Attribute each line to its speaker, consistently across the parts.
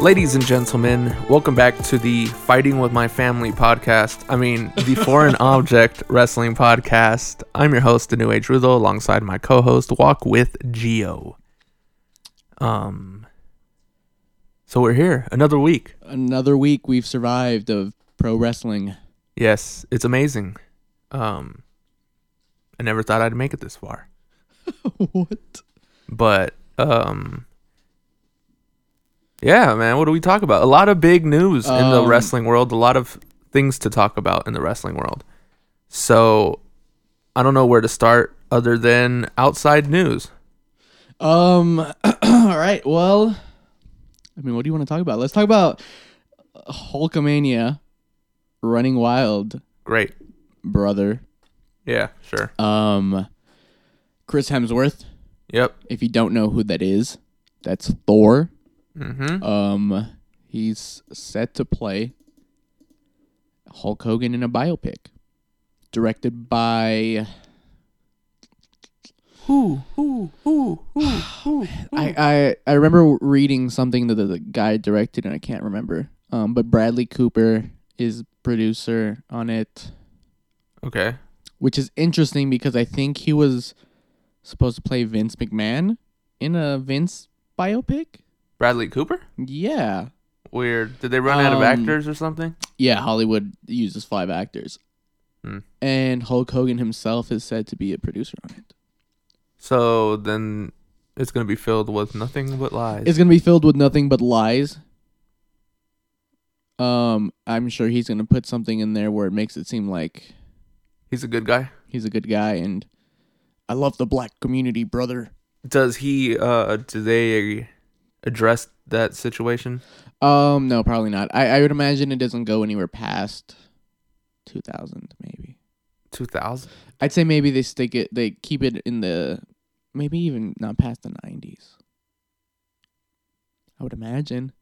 Speaker 1: Ladies and gentlemen, welcome back to the Fighting with My Family podcast. I mean, the Foreign Object Wrestling podcast. I'm your host, the New Age Rizzo, alongside my co-host Walk with Geo. Um, so we're here another week.
Speaker 2: Another week we've survived of pro wrestling.
Speaker 1: Yes, it's amazing. Um, I never thought I'd make it this far,
Speaker 2: what?
Speaker 1: but um, yeah, man. What do we talk about? A lot of big news in the
Speaker 2: Um,
Speaker 1: wrestling world. A lot of things to talk about in the wrestling world. So I don't know where to start other than outside news.
Speaker 2: Um. all right. Well, I mean, what do you want to talk about? Let's talk about Hulkamania running wild,
Speaker 1: Great.
Speaker 2: brother.
Speaker 1: Yeah. Sure.
Speaker 2: Um, Chris Hemsworth.
Speaker 1: Yep.
Speaker 2: If you don't know who that is, that's Thor.
Speaker 1: Mm-hmm.
Speaker 2: Um, he's set to play Hulk Hogan in a biopic, directed by
Speaker 1: Who? Who? Who? Who? Who?
Speaker 2: I, I I remember reading something that the, the guy directed and I can't remember. Um, but Bradley Cooper is producer on it,
Speaker 1: Okay.
Speaker 2: which is interesting because I think he was supposed to play Vince McMahon in a Vince biopic.
Speaker 1: Bradley Cooper.
Speaker 2: Yeah,
Speaker 1: Weird. Did they run out of
Speaker 2: Um,
Speaker 1: actors or something?
Speaker 2: yeah. Hollywood uses five actors,
Speaker 1: Hmm.
Speaker 2: and Hulk Hogan himself is said to be a producer on it.
Speaker 1: So then it's gonna be filled with nothing but lies.
Speaker 2: It's gonna be filled with nothing but lies. Um, I'm sure he's gonna put something in there where it makes it seem like
Speaker 1: He's a good guy.
Speaker 2: he's a good guy and I love the black community, brother.
Speaker 1: Does he? Uh, do they address that situation?
Speaker 2: Um, no, probably not. I, I would imagine it doesn't go anywhere past two thousand, maybe.
Speaker 1: Two thousand.
Speaker 2: I'd say maybe they stick it they keep it in the maybe even not past the nineties. I would imagine.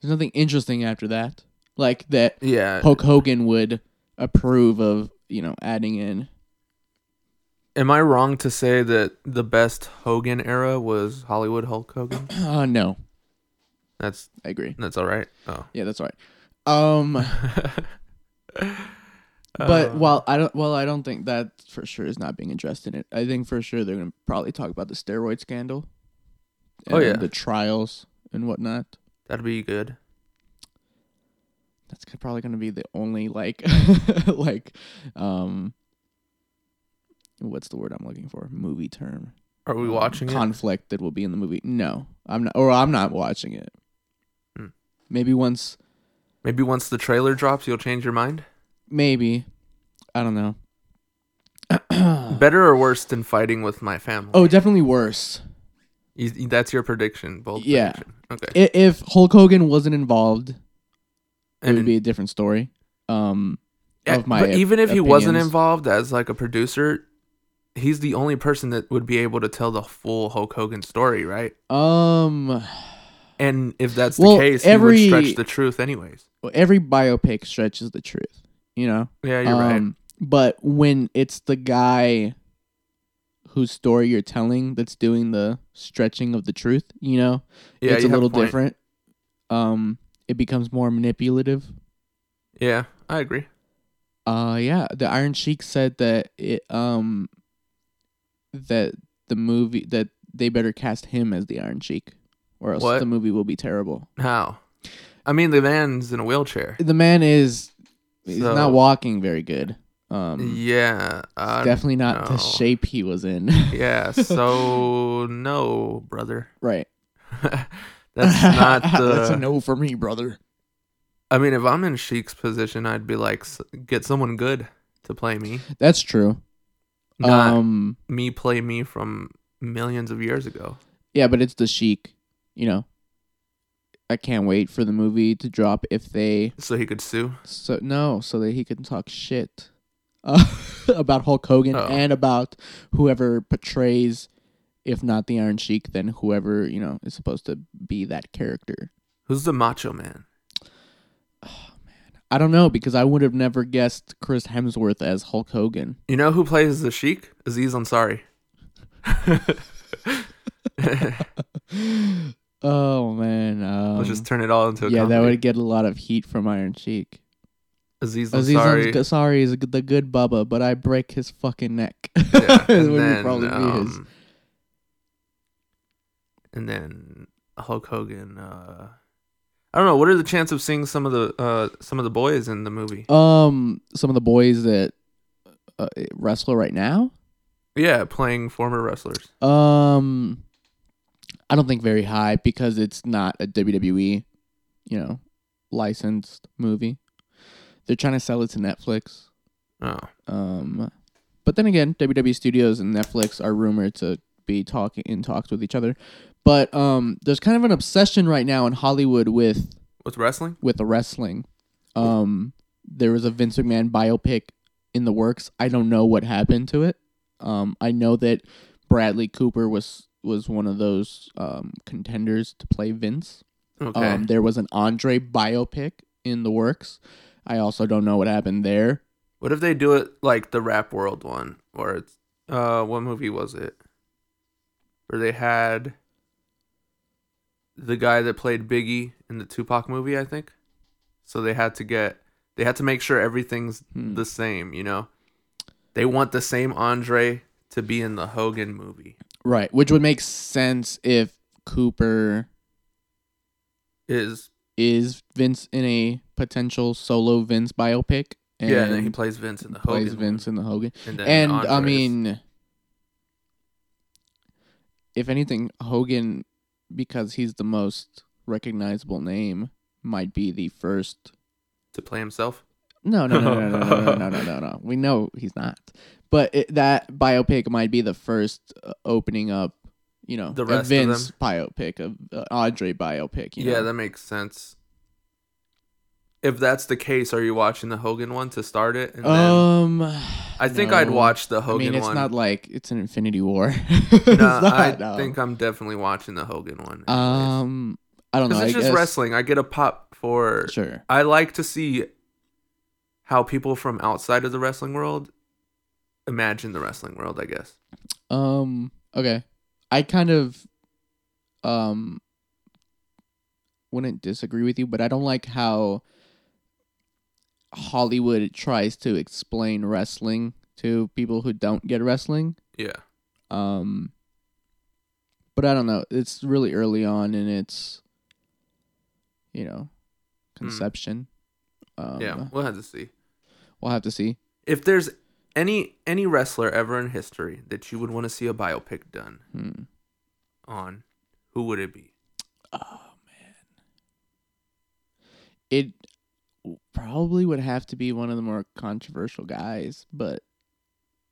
Speaker 2: There's nothing interesting after that. Like that
Speaker 1: Yeah.
Speaker 2: Hulk Hogan would approve of, you know, adding in
Speaker 1: Am I wrong to say that the best Hogan era was Hollywood Hulk Hogan?
Speaker 2: uh no,
Speaker 1: That's
Speaker 2: I agree.
Speaker 1: that's all right. Oh.
Speaker 2: Yeah, that's all right. Um But
Speaker 1: Uh,
Speaker 2: while I don't, well, I don't think that for sure is not being addressed in it. I think for sure they're going to probably talk about the steroid scandal.
Speaker 1: Oh, yeah.
Speaker 2: the trials and whatnot.
Speaker 1: that'd be good.
Speaker 2: That's probably going to be the only like, like, um, what's the word I'm looking for? Movie term.
Speaker 1: Are we
Speaker 2: Um,
Speaker 1: watching it?
Speaker 2: conflict that will be in the movie? No, I'm not, or I'm not watching it.
Speaker 1: Hmm.
Speaker 2: Maybe once,
Speaker 1: Maybe once the trailer drops, you'll change your mind.
Speaker 2: maybe, I don't know.
Speaker 1: Better or worse than fighting with my family?
Speaker 2: Uh. Oh, definitely worse.
Speaker 1: You- you- that's your prediction. Bold
Speaker 2: Yeah.
Speaker 1: prediction. Okay.
Speaker 2: I- if Hulk Hogan wasn't involved, it
Speaker 1: And
Speaker 2: would be a different story. Um,
Speaker 1: Yeah,
Speaker 2: of my
Speaker 1: Eh, but
Speaker 2: op-
Speaker 1: even if he wasn't
Speaker 2: opinions.
Speaker 1: involved as like a producer, he's the only person that would be able to tell the full Hulk Hogan story, right?
Speaker 2: um,
Speaker 1: And if that's
Speaker 2: Well,
Speaker 1: the case,
Speaker 2: every-
Speaker 1: he would stretch the truth anyways.
Speaker 2: every biopic stretches the truth, you know.
Speaker 1: Yeah, you're right.
Speaker 2: Um, But when it's the guy whose story you're telling that's doing the stretching of the truth, you know,
Speaker 1: Yeah,
Speaker 2: it's
Speaker 1: you
Speaker 2: a
Speaker 1: have
Speaker 2: little
Speaker 1: point.
Speaker 2: different. Um, it becomes more manipulative.
Speaker 1: Yeah, I agree.
Speaker 2: Uh yeah, the Iron Sheik said that it um that the movie that they better cast him as the Iron Sheik or else
Speaker 1: What?
Speaker 2: the movie will be terrible.
Speaker 1: How? I mean, the man's in a wheelchair.
Speaker 2: The man is he's
Speaker 1: So-
Speaker 2: not walking very good. Um
Speaker 1: Yeah. Uh,
Speaker 2: definitely not
Speaker 1: no.
Speaker 2: the shape he was in.
Speaker 1: yeah. So no, brother.
Speaker 2: right.
Speaker 1: That's not the.
Speaker 2: That's a no for me, brother.
Speaker 1: I mean, if I'm in Sheik's position, I'd be like, "S- get someone good to play me,
Speaker 2: That's true.
Speaker 1: not
Speaker 2: Um
Speaker 1: me play me from millions of years ago.
Speaker 2: yeah, but it's the Sheik, you know. I can't wait for the movie to drop if they
Speaker 1: so he could sue.
Speaker 2: So no, so that he can talk shit uh, about Hulk Hogan
Speaker 1: Oh.
Speaker 2: and about whoever portrays, if not the Iron Sheik, then whoever you know is supposed to be that character.
Speaker 1: Who's the macho man?
Speaker 2: I don't know because I would have never guessed Chris Hemsworth as Hulk Hogan.
Speaker 1: You know who plays the Sheik? Aziz Ansari.
Speaker 2: Oh man, um,
Speaker 1: Let's just turn it all into a
Speaker 2: yeah, that
Speaker 1: comedy.
Speaker 2: would get a lot of heat from Iron Sheik.
Speaker 1: Aziz
Speaker 2: Aziz
Speaker 1: Ansari.
Speaker 2: Ansari sorry is the good Bubba, but I break his fucking neck.
Speaker 1: Yeah,
Speaker 2: It
Speaker 1: and
Speaker 2: would
Speaker 1: then,
Speaker 2: probably be his.
Speaker 1: um, and then Hulk Hogan. Uh, I don't know. What are the chances of seeing some of the uh, some of the boys in the movie?
Speaker 2: Um, some of the boys that uh, wrestle right now.
Speaker 1: Yeah, playing former wrestlers.
Speaker 2: Um, I don't think very high because it's not a WWE, you know, licensed movie. They're trying to sell it to Netflix.
Speaker 1: Oh,
Speaker 2: Um, but then again, WWE Studios and Netflix are rumored to be talking in talks with each other. But um, there's kind of an obsession right now in Hollywood with
Speaker 1: with wrestling?
Speaker 2: with the wrestling. Um, there was a Vince McMahon biopic in the works. I don't know what happened to it. Um, I know that Bradley Cooper was was one of those um, contenders to play Vince.
Speaker 1: Okay.
Speaker 2: Um, there was an Andre biopic in the works. I also don't know what happened there.
Speaker 1: what if they do it like the Rap World one, or it's uh, what movie was it? Where they had the guy that played Biggie in the Tupac movie, I think. So they had to get they had to make sure everything's
Speaker 2: Hmm.
Speaker 1: the same, you know. They want the same Andre to be in the Hogan movie.
Speaker 2: Right, which would make sense if Cooper
Speaker 1: Is
Speaker 2: is Vince in a potential solo Vince biopic and
Speaker 1: yeah, and then he plays Vince in the Hogan.
Speaker 2: plays Vince in the Hogan.
Speaker 1: one, and, then
Speaker 2: And I
Speaker 1: Andre's-
Speaker 2: mean if anything Hogan because he's the most recognizable name might be the first
Speaker 1: to play himself.
Speaker 2: no, no, no, no, no, no, no, no, no, no, no. We know he's not. But it, that biopic might be the first uh, opening up, you know,
Speaker 1: The
Speaker 2: a
Speaker 1: rest of them.
Speaker 2: Vince biopic, a, a Andre biopic. You
Speaker 1: yeah,
Speaker 2: know?
Speaker 1: that makes sense. If that's the case, are you watching the Hogan one to start it? And
Speaker 2: um,
Speaker 1: I think I'd
Speaker 2: no.
Speaker 1: watch the
Speaker 2: I
Speaker 1: Hogan
Speaker 2: mean, it's
Speaker 1: one.
Speaker 2: not like it's an Infinity War. It's
Speaker 1: Nah,
Speaker 2: not,
Speaker 1: I
Speaker 2: no.
Speaker 1: think I'm definitely watching the Hogan one.
Speaker 2: Um, I don't know.
Speaker 1: because
Speaker 2: I
Speaker 1: it's just
Speaker 2: guess-
Speaker 1: wrestling. I get a pop for.
Speaker 2: Sure.
Speaker 1: I like to see how people from outside of the wrestling world imagine the wrestling world. I guess.
Speaker 2: Um. Okay. I kind of, um, wouldn't disagree with you, but I don't like how Hollywood tries to explain wrestling to people who don't get wrestling.
Speaker 1: Yeah.
Speaker 2: Um, but I don't know. It's really early on in its, you know,
Speaker 1: Hmm.
Speaker 2: conception. Um,
Speaker 1: yeah. We'll have to see.
Speaker 2: We'll have to see.
Speaker 1: If there's any any wrestler ever in history that you would want to see a biopic done
Speaker 2: Hmm.
Speaker 1: on, who would it be?
Speaker 2: Oh man, it w- probably would have to be one of the more controversial guys, but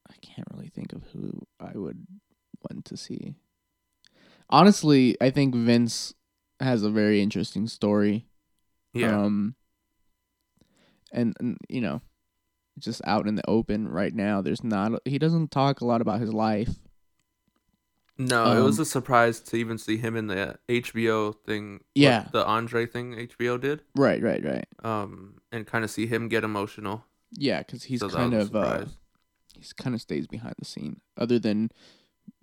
Speaker 2: I can't really think of who I would want to see. Honestly, I think Vince has a very interesting story.
Speaker 1: Yeah.
Speaker 2: Um, and, and you know, just out in the open right now. There's not he doesn't talk a lot about his life.
Speaker 1: no, it was
Speaker 2: um,
Speaker 1: a surprise to even see him in the HBO thing.
Speaker 2: Yeah.
Speaker 1: The Andre thing HBO did.
Speaker 2: Right, right, right.
Speaker 1: um, and kind of see him get emotional.
Speaker 2: Yeah, because he's
Speaker 1: So that
Speaker 2: kind
Speaker 1: was a
Speaker 2: of uh,
Speaker 1: surprise.
Speaker 2: he's kind of stays behind the scene. Other than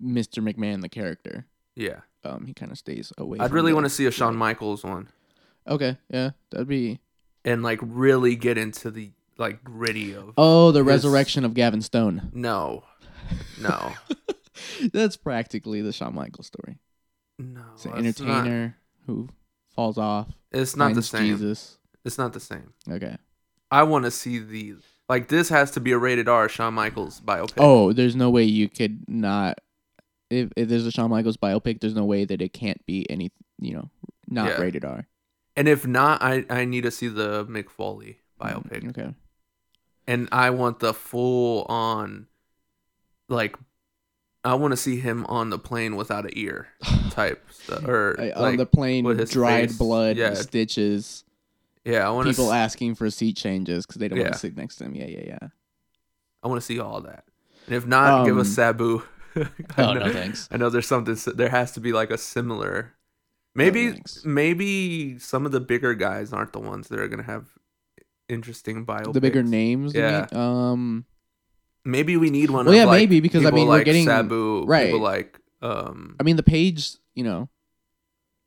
Speaker 2: Mr. McMahon, the character,
Speaker 1: yeah.
Speaker 2: um, he kind of stays away.
Speaker 1: I'd
Speaker 2: from
Speaker 1: really
Speaker 2: the-
Speaker 1: want to see a Shawn
Speaker 2: yeah.
Speaker 1: Michaels one
Speaker 2: Okay, yeah, that'd be.
Speaker 1: and like really get into the like gritty of
Speaker 2: Oh, the
Speaker 1: His-
Speaker 2: resurrection of Gavin Stone.
Speaker 1: no, no,
Speaker 2: That's practically the Shawn Michaels story.
Speaker 1: no.
Speaker 2: It's an
Speaker 1: it's Oh, not-
Speaker 2: entertainer who falls off.
Speaker 1: It's not the
Speaker 2: finds
Speaker 1: same.
Speaker 2: Jesus.
Speaker 1: It's not the same.
Speaker 2: Okay.
Speaker 1: I want to see the like. This has to be a rated R Shawn Michaels biopic.
Speaker 2: Oh, there's no way you could not. If, if there's a Shawn Michaels biopic, there's no way that it can't be any, you know, not
Speaker 1: Yeah.
Speaker 2: rated R.
Speaker 1: and if not, I I need to see the Mick Foley biopic,
Speaker 2: Mm, Okay.
Speaker 1: and I want the full on, like, I want to see him on the plane without an ear type stuff, or
Speaker 2: Uh, on
Speaker 1: like,
Speaker 2: the plane,
Speaker 1: with his
Speaker 2: dried
Speaker 1: face,
Speaker 2: blood,
Speaker 1: yeah.
Speaker 2: stitches,
Speaker 1: Yeah, I want
Speaker 2: people
Speaker 1: to.
Speaker 2: asking for seat changes because they don't want
Speaker 1: Yeah.
Speaker 2: to sit next to him. Yeah, yeah, yeah.
Speaker 1: I want to see all that. And if not, give us
Speaker 2: Um,
Speaker 1: Sabu. I,
Speaker 2: Oh,
Speaker 1: know,
Speaker 2: no, thanks.
Speaker 1: I know there's something. s- There has to be like a similar. Maybe
Speaker 2: Oh, thanks.
Speaker 1: maybe some of the bigger guys aren't the ones that are gonna have interesting biopics.
Speaker 2: The bigger names. you
Speaker 1: Yeah.
Speaker 2: mean? Um.
Speaker 1: Maybe we need one.
Speaker 2: Well,
Speaker 1: of
Speaker 2: yeah,
Speaker 1: like,
Speaker 2: maybe, because, I
Speaker 1: people
Speaker 2: mean, we're
Speaker 1: like
Speaker 2: getting-
Speaker 1: Sabu.
Speaker 2: right.
Speaker 1: People like um.
Speaker 2: I mean, the page. You know,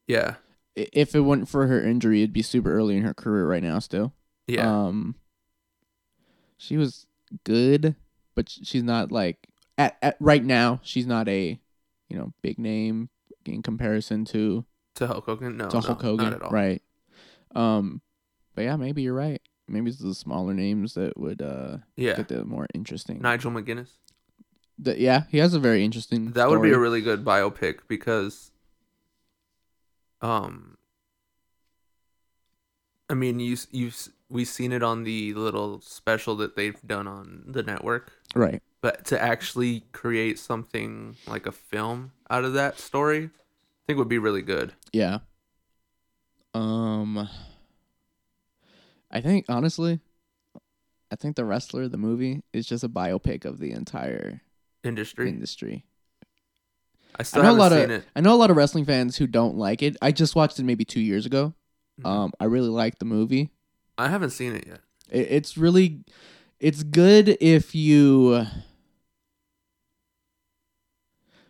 Speaker 1: yeah.
Speaker 2: i- if it wasn't for her injury, it'd be super early in her career right now still.
Speaker 1: Yeah.
Speaker 2: Um, she was good, but sh- she's not like at, at right now. She's not a you know big name in comparison to
Speaker 1: to Hulk Hogan? No.
Speaker 2: to Hulk
Speaker 1: no,
Speaker 2: Hogan,
Speaker 1: Not at all.
Speaker 2: right? Um, but yeah, maybe you're right. Maybe it's the smaller names that would uh
Speaker 1: Yeah.
Speaker 2: get the more interesting.
Speaker 1: Nigel McGuinness.
Speaker 2: The- yeah, he has a very interesting.
Speaker 1: That would be a
Speaker 2: story.
Speaker 1: really good biopic because um I mean, you s- you've s- we've seen it on the little special that they've done on the network,
Speaker 2: right.
Speaker 1: but to actually create something like a film out of that story, I think would be really good.
Speaker 2: Yeah. Um I think honestly, I think the wrestler, the movie, is just a biopic of the entire
Speaker 1: Industry.
Speaker 2: industry.
Speaker 1: I still
Speaker 2: I know a
Speaker 1: haven't
Speaker 2: lot
Speaker 1: seen
Speaker 2: of
Speaker 1: it.
Speaker 2: I know a lot of wrestling fans who don't like it. I just watched it maybe two years ago.
Speaker 1: Mhm.
Speaker 2: Um, I really liked the movie.
Speaker 1: I haven't seen it yet.
Speaker 2: It, it's really, it's good if you.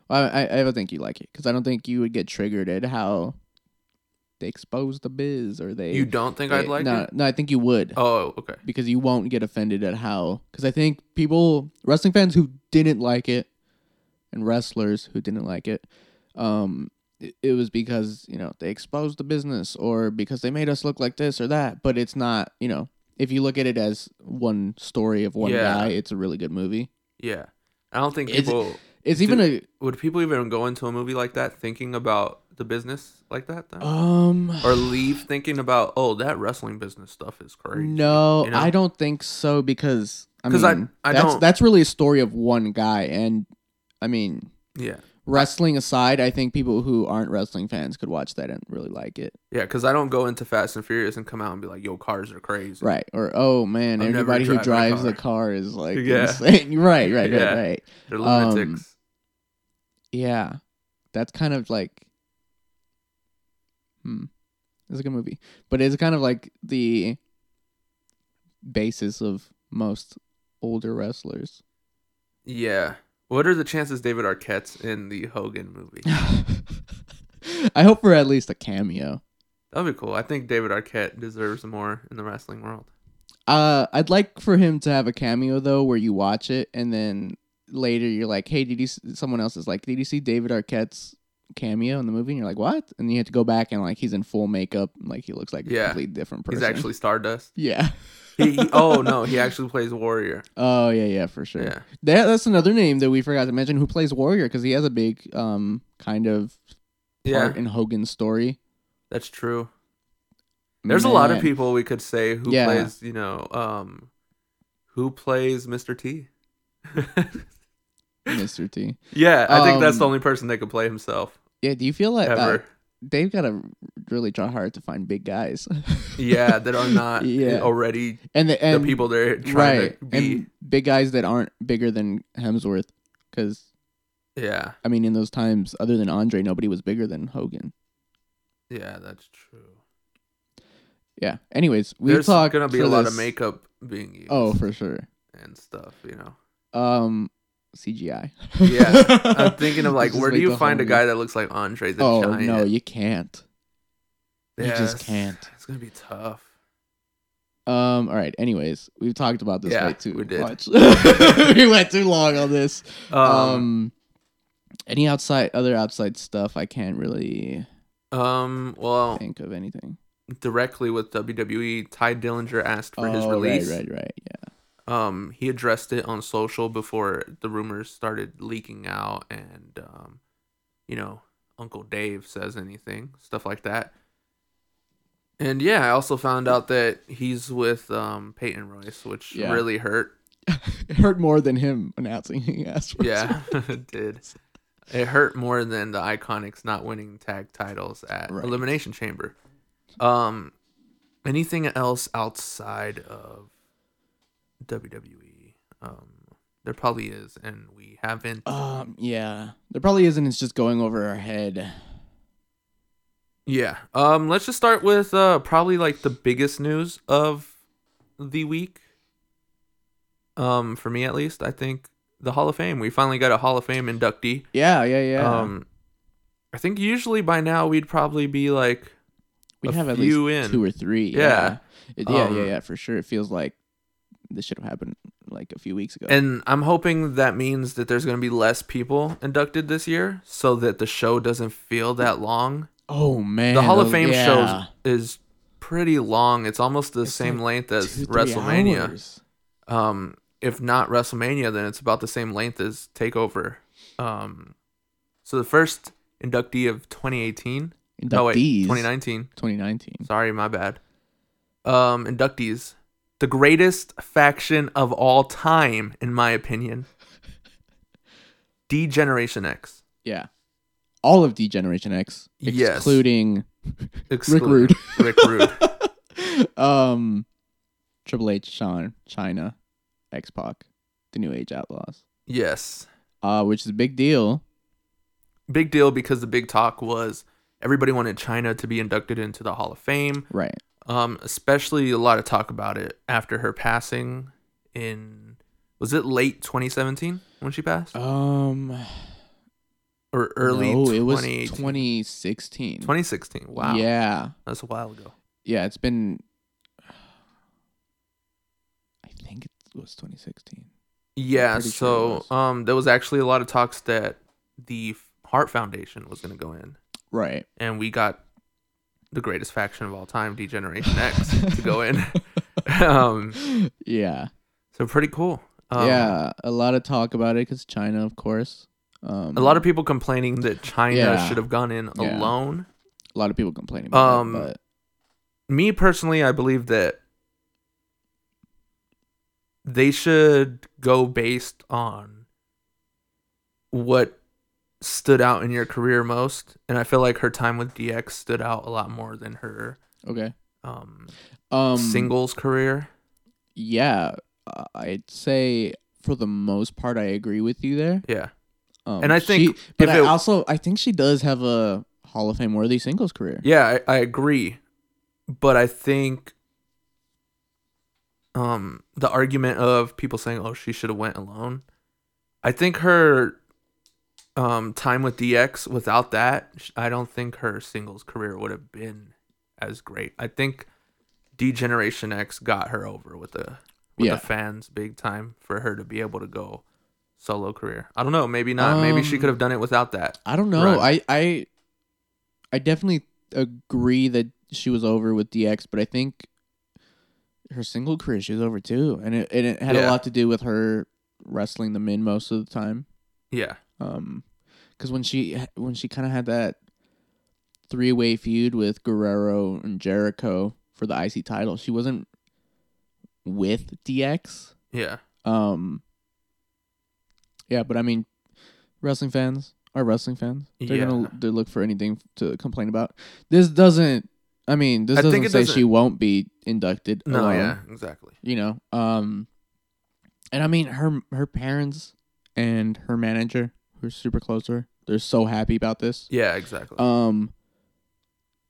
Speaker 2: I I, I don't think you like it because I don't think you would get triggered at how they expose the biz or they
Speaker 1: You don't think I'd
Speaker 2: Eh,
Speaker 1: like
Speaker 2: no,
Speaker 1: it?
Speaker 2: No, I think you would
Speaker 1: Oh, okay.
Speaker 2: because you won't get offended at how. Because I think people, wrestling fans who didn't like it, and wrestlers who didn't like it, um, it, it was because you know they exposed the business or because they made us look like this or that. But it's not, you know, if you look at it as one story of one
Speaker 1: Yeah.
Speaker 2: guy, it's a really good movie.
Speaker 1: Yeah. I don't think
Speaker 2: Is it-
Speaker 1: people
Speaker 2: It's even a
Speaker 1: would people even go into a movie like that thinking about the business like that though?
Speaker 2: um.
Speaker 1: or leave thinking about oh that wrestling business stuff is crazy
Speaker 2: No,
Speaker 1: you know?
Speaker 2: I don't think so because I
Speaker 1: 'Cause
Speaker 2: mean
Speaker 1: I- I
Speaker 2: that's
Speaker 1: don't-
Speaker 2: that's really a story of one guy, and I mean
Speaker 1: yeah
Speaker 2: wrestling aside, I think people who aren't wrestling fans could watch that and really like it.
Speaker 1: yeah because i don't go into fast and furious and come out and be like yo cars are crazy
Speaker 2: Right. Or oh man,
Speaker 1: I've never
Speaker 2: everybody who
Speaker 1: driven a
Speaker 2: drives
Speaker 1: car.
Speaker 2: a car is like
Speaker 1: Yeah.
Speaker 2: insane. right, right,
Speaker 1: Yeah.
Speaker 2: right, right.
Speaker 1: they're
Speaker 2: Um,
Speaker 1: lunatics
Speaker 2: Yeah. That's kind of like Hmm. It's a good movie. But it's kind of like the basis of most older wrestlers.
Speaker 1: yeah what are the chances david arquette's in the hogan movie
Speaker 2: I hope for at least a cameo.
Speaker 1: that'd be cool i think david arquette deserves more in the wrestling world
Speaker 2: Uh, I'd like for him to have a cameo though, where you watch it and then later you're like, "Hey, did you?" See, someone else is like, "Did you see David Arquette's cameo in the movie?" And you're like, "What?" And you have to go back and like he's in full makeup, and, like he looks like
Speaker 1: Yeah.
Speaker 2: a completely different person.
Speaker 1: he's actually stardust
Speaker 2: yeah.
Speaker 1: he, he- oh no he actually plays warrior
Speaker 2: Oh yeah, yeah, for sure.
Speaker 1: yeah
Speaker 2: That, that's another name that we forgot to mention who plays Warrior because he has a big um kind of
Speaker 1: yeah
Speaker 2: part in Hogan's story.
Speaker 1: that's true there's a lot of
Speaker 2: Man.
Speaker 1: people we could say who
Speaker 2: Yeah.
Speaker 1: plays you know um who plays mr t
Speaker 2: Mr. T.
Speaker 1: Yeah, I think that's the
Speaker 2: Um,
Speaker 1: only person that could play himself
Speaker 2: Yeah, do you feel like uh,
Speaker 1: ever.
Speaker 2: they've got to really try hard to find big guys?
Speaker 1: yeah, that are not
Speaker 2: Yeah.
Speaker 1: already
Speaker 2: and the, and
Speaker 1: the people they're trying
Speaker 2: right
Speaker 1: to be.
Speaker 2: and big guys that aren't bigger than Hemsworth, because
Speaker 1: yeah,
Speaker 2: I mean, in those times, other than Andre, nobody was bigger than Hogan.
Speaker 1: yeah, that's true.
Speaker 2: Yeah. Anyways, we
Speaker 1: There's
Speaker 2: talked.
Speaker 1: gonna be
Speaker 2: for
Speaker 1: a lot of
Speaker 2: this-
Speaker 1: makeup being used
Speaker 2: Oh, for sure.
Speaker 1: and stuff. You know,
Speaker 2: Um, CGI.
Speaker 1: Yeah, I'm thinking of like,
Speaker 2: Just
Speaker 1: where do
Speaker 2: make
Speaker 1: you
Speaker 2: the
Speaker 1: find a
Speaker 2: whole
Speaker 1: guy that looks like Andre the
Speaker 2: Oh
Speaker 1: Giant?
Speaker 2: no, you can't. you
Speaker 1: Yeah,
Speaker 2: just
Speaker 1: it's-
Speaker 2: can't.
Speaker 1: It's gonna be tough.
Speaker 2: Um. All right. Anyways, we've talked about this
Speaker 1: Yeah,
Speaker 2: way too
Speaker 1: we did.
Speaker 2: much. we went too long on this.
Speaker 1: Um,
Speaker 2: Um, Any outside other outside stuff? I can't really
Speaker 1: um, well,
Speaker 2: think of anything.
Speaker 1: directly with WWE, Ty Dillinger asked for
Speaker 2: oh,
Speaker 1: his release.
Speaker 2: right, right, right. Yeah.
Speaker 1: um he addressed it on social before the rumors started leaking out and um you know uncle dave says anything stuff like that and yeah i also found out that he's with um peyton royce which
Speaker 2: Yeah.
Speaker 1: really hurt
Speaker 2: it hurt more than him announcing he asked for
Speaker 1: yeah it did it hurt more than the iconics not winning tag titles at
Speaker 2: Right.
Speaker 1: elimination chamber um anything else outside of wwe um there probably is and we haven't
Speaker 2: Um, yeah. There probably isn't. It's just going over our head.
Speaker 1: yeah um let's just start with uh probably like the biggest news of the week um for me at least i think the hall of fame we finally got a hall of fame inductee
Speaker 2: Yeah, yeah, yeah.
Speaker 1: Um, I think usually by now we'd probably be like,
Speaker 2: we
Speaker 1: A
Speaker 2: have at least
Speaker 1: few in.
Speaker 2: two or three.
Speaker 1: Yeah.
Speaker 2: It- yeah, yeah,
Speaker 1: Um,
Speaker 2: yeah, for sure. It feels like this should have happened like a few weeks ago.
Speaker 1: And I'm hoping that means that there's going to be less people inducted this year so that the show doesn't feel that long.
Speaker 2: oh man,
Speaker 1: the Hall of
Speaker 2: those-
Speaker 1: Fame
Speaker 2: yeah.
Speaker 1: shows is pretty long. It's almost the
Speaker 2: It's
Speaker 1: same
Speaker 2: like
Speaker 1: length as
Speaker 2: Two, three
Speaker 1: WrestleMania.
Speaker 2: hours.
Speaker 1: Um, if not WrestleMania, then it's about the same length as Takeover. Um, so the first inductee of 2018. No Oh, wait,
Speaker 2: Inductees.
Speaker 1: 2019.
Speaker 2: 2019.
Speaker 1: Sorry, my bad. Um, inductees. The greatest faction of all time, in my opinion. D Generation X.
Speaker 2: Yeah. All of D Generation X,
Speaker 1: Yes.
Speaker 2: excluding
Speaker 1: Excluding Rick Rude.
Speaker 2: um Triple H, Sean, China, X Pac, the New Age Outlaws.
Speaker 1: Yes.
Speaker 2: Uh, which is a big deal.
Speaker 1: Big deal because the big talk was everybody wanted China to be inducted into the Hall of Fame.
Speaker 2: Right.
Speaker 1: Um, especially a lot of talk about it after her passing in was it late 2017 when she passed
Speaker 2: Um
Speaker 1: or early
Speaker 2: no,
Speaker 1: 2018?
Speaker 2: it was 2016.
Speaker 1: 2016. Wow.
Speaker 2: Yeah.
Speaker 1: That's a while ago.
Speaker 2: Yeah, it's been I think it was 2016.
Speaker 1: Yeah,
Speaker 2: pretty sure it
Speaker 1: so um there was actually a lot of talks that the Heart Foundation was going to go in
Speaker 2: Right.
Speaker 1: and we got the greatest faction of all time, Degeneration X, to go in. um
Speaker 2: Yeah.
Speaker 1: so pretty cool. Um,
Speaker 2: yeah, a lot of talk about it cuz China, of course. Um
Speaker 1: A lot of people complaining that China
Speaker 2: Yeah.
Speaker 1: should have gone in
Speaker 2: Yeah.
Speaker 1: alone.
Speaker 2: a lot of people complaining about
Speaker 1: Um,
Speaker 2: that, but
Speaker 1: Me personally, I believe that they should go based on what stood out in your career most. And I feel like her time with DX stood out a lot more than her
Speaker 2: Okay.
Speaker 1: um,
Speaker 2: Um
Speaker 1: singles career.
Speaker 2: Yeah, uh, I'd say for the most part I agree with you there.
Speaker 1: Yeah.
Speaker 2: Um,
Speaker 1: And I think
Speaker 2: she, but
Speaker 1: if
Speaker 2: I
Speaker 1: it-
Speaker 2: also I think she does have a Hall of Fame worthy singles career.
Speaker 1: Yeah, I, I agree. But I think um the argument of people saying, Oh, she should have went alone. I think her um time with DX without that, sh- I don't think her singles career would have been as great. I think D Generation X got her over with the with
Speaker 2: Yeah.
Speaker 1: the fans big time for her to be able to go solo career. I don't know, maybe not. maybe she
Speaker 2: Um,
Speaker 1: could have done it without that.
Speaker 2: I don't know.
Speaker 1: Right.
Speaker 2: I I I definitely agree that she was over with DX, but I think her single career she was over too, and it and it had
Speaker 1: Yeah.
Speaker 2: a lot to do with her wrestling the men most of the time.
Speaker 1: Yeah.
Speaker 2: Um, because when she when she kind of had that three way feud with Guerrero and Jericho for the IC title, she wasn't with DX.
Speaker 1: Yeah.
Speaker 2: Um, yeah, but I mean, wrestling fans are wrestling fans. They're
Speaker 1: Yeah.
Speaker 2: gonna they look for anything to complain about. This doesn't. I mean, this
Speaker 1: I
Speaker 2: doesn't
Speaker 1: think it
Speaker 2: say
Speaker 1: doesn't-
Speaker 2: she won't be inducted.
Speaker 1: No,
Speaker 2: alone
Speaker 1: yeah, exactly.
Speaker 2: you know um and i mean her her parents and her manager who's super close to her they're so happy about this
Speaker 1: Yeah, exactly.
Speaker 2: um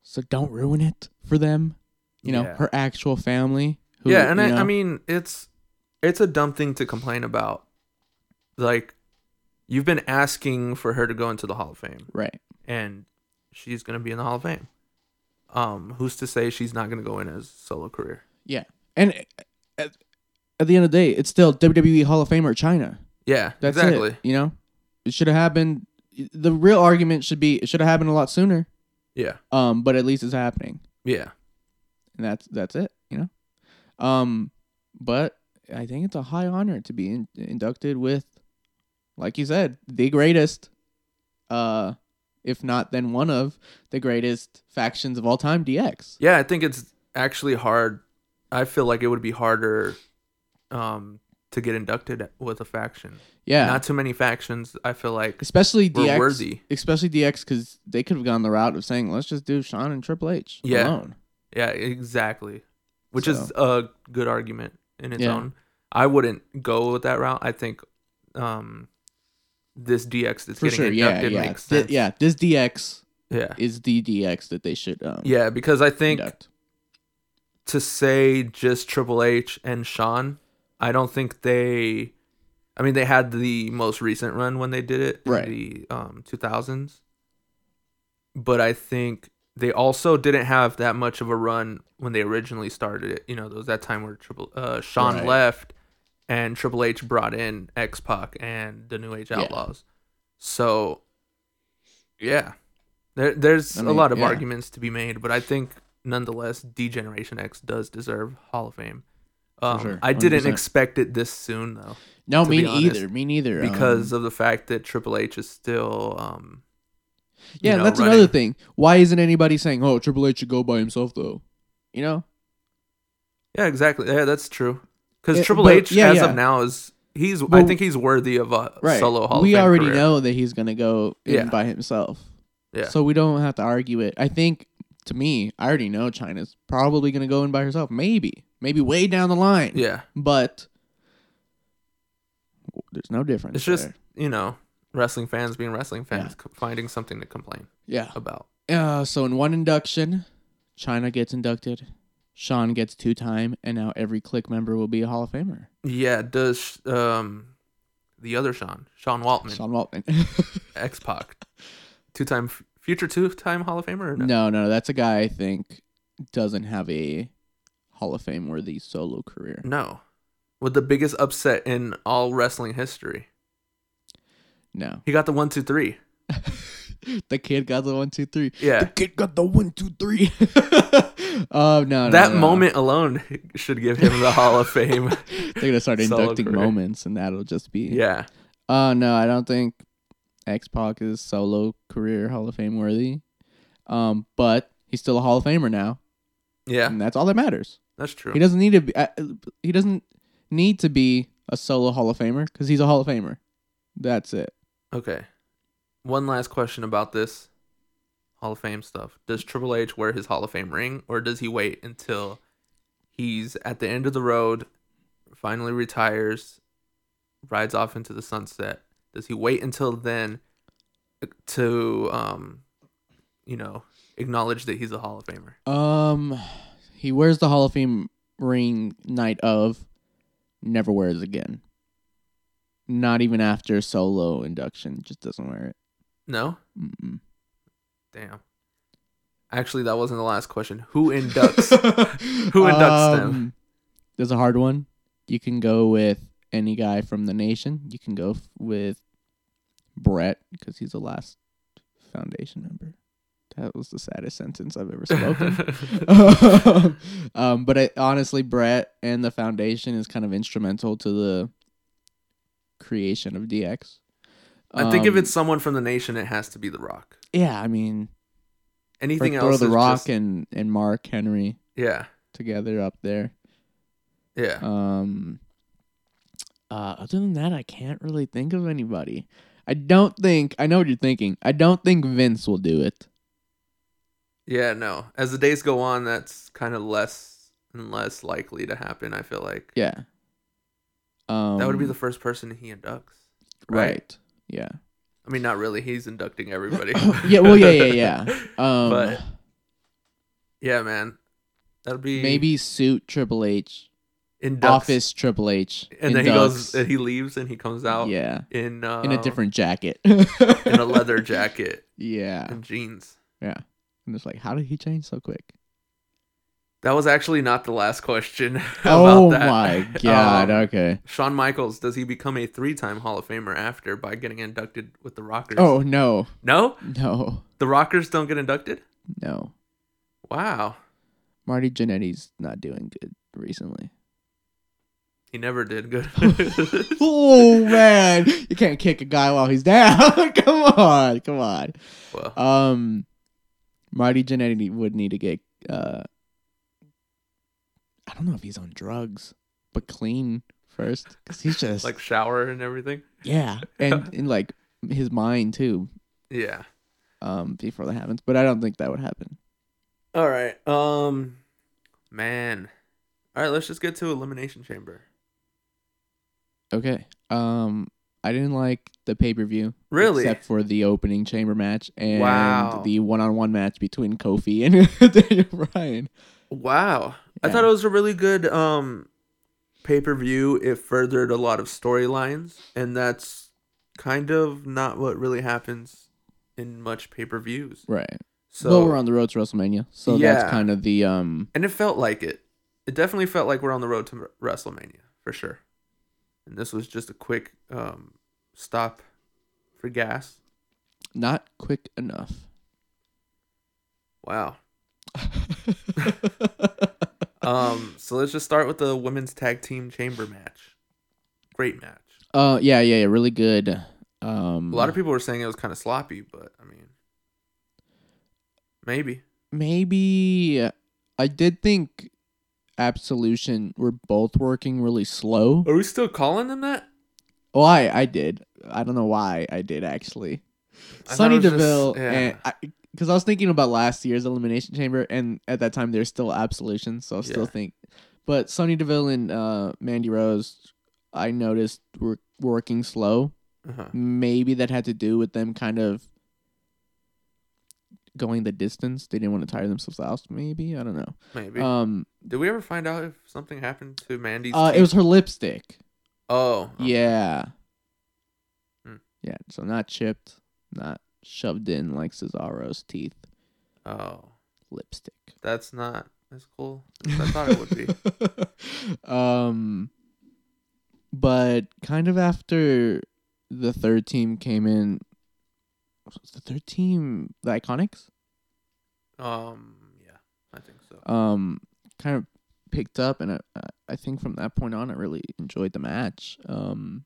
Speaker 2: so don't ruin it for them you know
Speaker 1: Yeah.
Speaker 2: her actual family who,
Speaker 1: yeah, and
Speaker 2: you
Speaker 1: I, I
Speaker 2: know-
Speaker 1: mean it's it's a dumb thing to complain about. Like you've been asking for her to go into the Hall of Fame,
Speaker 2: right
Speaker 1: and she's gonna be in the Hall of Fame. Um, who's to say she's not gonna go in as solo career?
Speaker 2: and at, at the end of the day it's still wwe hall of fame or china
Speaker 1: Yeah,
Speaker 2: that's
Speaker 1: exactly.
Speaker 2: it you know it should have happened the real argument should be it should have happened a lot sooner
Speaker 1: Yeah,
Speaker 2: um but at least it's happening
Speaker 1: yeah,
Speaker 2: and that's that's it you know um but i think it's a high honor to be in, inducted with like you said the greatest uh if not then one of the greatest factions of all time dx
Speaker 1: yeah. I think it's actually hard. I feel like it would be harder, um, to get inducted with a faction.
Speaker 2: yeah
Speaker 1: Not too many factions. I feel like
Speaker 2: especially
Speaker 1: were
Speaker 2: dx
Speaker 1: worthy.
Speaker 2: especially dx because they could have gone the route of saying let's just do sean and triple h
Speaker 1: Yeah.
Speaker 2: alone
Speaker 1: Yeah, exactly. Which is
Speaker 2: So-
Speaker 1: a good argument in its
Speaker 2: Yeah.
Speaker 1: own. I wouldn't go with that route. I think um this DX that's
Speaker 2: for
Speaker 1: getting
Speaker 2: sure yeah
Speaker 1: inducted
Speaker 2: yeah
Speaker 1: makes
Speaker 2: Th-
Speaker 1: sense.
Speaker 2: yeah this dx
Speaker 1: Yeah.
Speaker 2: is the dx that they should um
Speaker 1: Yeah, because I think
Speaker 2: induct.
Speaker 1: to say just Triple H and Sean, I don't think they I mean they had the most recent run when they did it in
Speaker 2: Right.
Speaker 1: the um 2000s. But I think They also didn't have that much of a run when they originally started it. You know, there was that time where Triple uh, Sean
Speaker 2: Right.
Speaker 1: left and Triple H brought in X Pac and the New Age
Speaker 2: Yeah.
Speaker 1: Outlaws. So, yeah, there, there's
Speaker 2: I
Speaker 1: a
Speaker 2: mean,
Speaker 1: lot of
Speaker 2: yeah.
Speaker 1: arguments to be made, but I think nonetheless, D Generation X does deserve Hall of Fame. Um,
Speaker 2: sure,
Speaker 1: I didn't
Speaker 2: 100%.
Speaker 1: expect it this soon though
Speaker 2: No,
Speaker 1: to
Speaker 2: me
Speaker 1: be honest,
Speaker 2: neither. Me neither.
Speaker 1: because
Speaker 2: um,
Speaker 1: of the fact that Triple H is still, um, you
Speaker 2: yeah, and
Speaker 1: know,
Speaker 2: that's
Speaker 1: running.
Speaker 2: another thing. Why isn't anybody saying, "Oh, Triple H should go by himself," though? You know,
Speaker 1: Yeah, exactly. Yeah, that's true. Because
Speaker 2: Yeah,
Speaker 1: Triple
Speaker 2: but-
Speaker 1: H,
Speaker 2: yeah,
Speaker 1: as
Speaker 2: yeah.
Speaker 1: of now, is he's. I
Speaker 2: Well,
Speaker 1: think he's worthy of a
Speaker 2: right?
Speaker 1: solo Hall. of
Speaker 2: we
Speaker 1: Fame
Speaker 2: already
Speaker 1: career.
Speaker 2: know that he's gonna go in
Speaker 1: Yeah.
Speaker 2: by himself.
Speaker 1: Yeah.
Speaker 2: So we don't have to argue it. I think to me, I already know China's probably gonna go in by herself. Maybe, maybe way down the line.
Speaker 1: Yeah,
Speaker 2: But there's no difference.
Speaker 1: it's just
Speaker 2: there.
Speaker 1: you know wrestling fans being wrestling fans c- finding something to complain
Speaker 2: yeah.
Speaker 1: about.
Speaker 2: Uh, so in one induction, China gets inducted, Sean gets two time, and now every click member will be a Hall of Famer.
Speaker 1: Yeah, does um the other Sean Sean Waltman
Speaker 2: Sean Waltman.
Speaker 1: X Pac two time future two time Hall of Famer or no?
Speaker 2: no, no, that's a guy I think doesn't have a Hall of Fame worthy solo career.
Speaker 1: No. With the biggest upset in all wrestling history,
Speaker 2: No,
Speaker 1: he got the one two three.
Speaker 2: the kid got the one, two, three.
Speaker 1: Yeah,
Speaker 2: The kid got the one, two, three. Oh no, no,
Speaker 1: that
Speaker 2: no.
Speaker 1: moment alone should give him the Hall of Fame.
Speaker 2: They're gonna start
Speaker 1: Solo
Speaker 2: inducting
Speaker 1: career.
Speaker 2: moments, and that'll just be
Speaker 1: Yeah.
Speaker 2: Oh no, I don't think X Pac is solo career Hall of Fame worthy. Um, but he's still a Hall of Famer now,
Speaker 1: Yeah,
Speaker 2: and that's all that matters.
Speaker 1: that's true.
Speaker 2: He doesn't need to be. Uh, he doesn't need to be a solo Hall of Famer because he's a Hall of Famer. That's it.
Speaker 1: Okay. One last question about this Hall of Fame stuff. Does Triple H wear his Hall of Fame ring or does he wait until he's at the end of the road, finally retires, rides off into the sunset? Does he wait until then uh, to um you know, acknowledge that he's a Hall of Famer?
Speaker 2: Um, he wears the Hall of Fame ring night of, never wears again. Not even after solo induction, just doesn't wear it.
Speaker 1: No?
Speaker 2: Mm-mm.
Speaker 1: Damn. Actually, that wasn't the last question. Who inducts? Who inducts them?
Speaker 2: Um, There's a hard one. You can go with any guy from the nation. You can go f- with Brett because he's the last foundation member. That was the saddest sentence I've ever spoken. um, but I, honestly, Brett and the foundation is kind of instrumental to the creation of DX.
Speaker 1: I think if
Speaker 2: Um,
Speaker 1: it's someone from the nation, it has to be The Rock.
Speaker 2: yeah, I mean,
Speaker 1: Anything
Speaker 2: throw
Speaker 1: else?
Speaker 2: the
Speaker 1: is
Speaker 2: Rock
Speaker 1: just-
Speaker 2: and and Mark Henry
Speaker 1: yeah,
Speaker 2: together up there.
Speaker 1: yeah.
Speaker 2: Um, uh, other than that, I can't really think of anybody. I don't think I know what you're thinking. I don't think Vince will do it.
Speaker 1: Yeah, no. As the days go on, that's kind of less and less likely to happen. I feel like
Speaker 2: Yeah. Um,
Speaker 1: that would be the first person he inducts.
Speaker 2: right.
Speaker 1: right.
Speaker 2: Yeah.
Speaker 1: I mean, not really. He's inducting everybody.
Speaker 2: Yeah. Well. Yeah. Yeah. Yeah. Um,
Speaker 1: But- yeah, man. That'd be
Speaker 2: maybe suit Triple H,
Speaker 1: inducts,
Speaker 2: office Triple H,
Speaker 1: and then he goes
Speaker 2: inducts-
Speaker 1: and he leaves and he comes out
Speaker 2: yeah,
Speaker 1: in uh,
Speaker 2: in a different jacket,
Speaker 1: in a leather jacket
Speaker 2: Yeah.
Speaker 1: and jeans.
Speaker 2: And it's like, how did he change so quick?
Speaker 1: That was actually not the last question. about
Speaker 2: Oh
Speaker 1: that.
Speaker 2: my god.
Speaker 1: Um,
Speaker 2: okay.
Speaker 1: Shawn Michaels, does he become a three time Hall of Famer after by getting inducted with the Rockers?
Speaker 2: Oh no.
Speaker 1: No?
Speaker 2: No.
Speaker 1: The Rockers don't get inducted?
Speaker 2: No.
Speaker 1: Wow.
Speaker 2: Marty Jannetty's not doing good recently.
Speaker 1: He never did good.
Speaker 2: oh man, you can't kick a guy while he's down. come on, come on.
Speaker 1: well,
Speaker 2: Um, Marty Jannetty would need to get. Uh, I don't know if he's on drugs, but clean first because he's just
Speaker 1: like shower and everything?
Speaker 2: yeah, and in like his mind too.
Speaker 1: Yeah.
Speaker 2: Um, before that happens, but I don't think that would happen.
Speaker 1: All right. Um, man. All right, let's just get to Elimination Chamber.
Speaker 2: Okay. Um, I didn't like the pay per view.
Speaker 1: Really?
Speaker 2: Except for the opening chamber match and
Speaker 1: Wow.
Speaker 2: the one on one match between Kofi and Daniel Bryan.
Speaker 1: Wow. I
Speaker 2: Yeah.
Speaker 1: thought it was a really good um pay per view. It furthered a lot of storylines, and that's kind of not what really happens in much pay per views.
Speaker 2: Right.
Speaker 1: So
Speaker 2: but we're on the road to WrestleMania, so
Speaker 1: Yeah.
Speaker 2: that's kind of the um.
Speaker 1: and it felt like it. It definitely felt like we're on the road to WrestleMania for sure. And this was just a quick um, stop for gas.
Speaker 2: Not quick enough.
Speaker 1: Wow. Um, so let's just start with the women's tag team chamber match. Great match.
Speaker 2: uh, yeah, yeah, yeah, really good. Um,
Speaker 1: A lot of people were saying it was kind of sloppy, but I mean, maybe.
Speaker 2: maybe I did think Absolution were both working really slow.
Speaker 1: Are we still calling them that?
Speaker 2: Oh, I I did. I don't know why I did actually.
Speaker 1: I thought it
Speaker 2: Sonny
Speaker 1: was just-
Speaker 2: Deville
Speaker 1: yeah.
Speaker 2: and I because I was thinking about last year's Elimination Chamber, and at that time there's still Absolution, so I still
Speaker 1: Yeah.
Speaker 2: think. But Sonny Deville and uh, Mandy Rose, I noticed were working slow.
Speaker 1: Uh-huh.
Speaker 2: Maybe that had to do with them kind of going the distance. They didn't want to tire themselves out. Maybe I don't know.
Speaker 1: Maybe.
Speaker 2: Um,
Speaker 1: Did we ever find out if something happened to Mandy's?
Speaker 2: uh, it
Speaker 1: teeth?
Speaker 2: was her lipstick.
Speaker 1: Oh. oh.
Speaker 2: Yeah.
Speaker 1: Hmm.
Speaker 2: Yeah. So not chipped, not shoved in like Cesaro's teeth.
Speaker 1: Oh,
Speaker 2: Lipstick.
Speaker 1: that's not as cool as I thought it would be.
Speaker 2: be. um, but kind of after the third team came in, was the third team, the Iconics,
Speaker 1: Um. Yeah, I think so.
Speaker 2: um, kind of picked up, and I, I- I think from that point on, I really enjoyed the match. Um,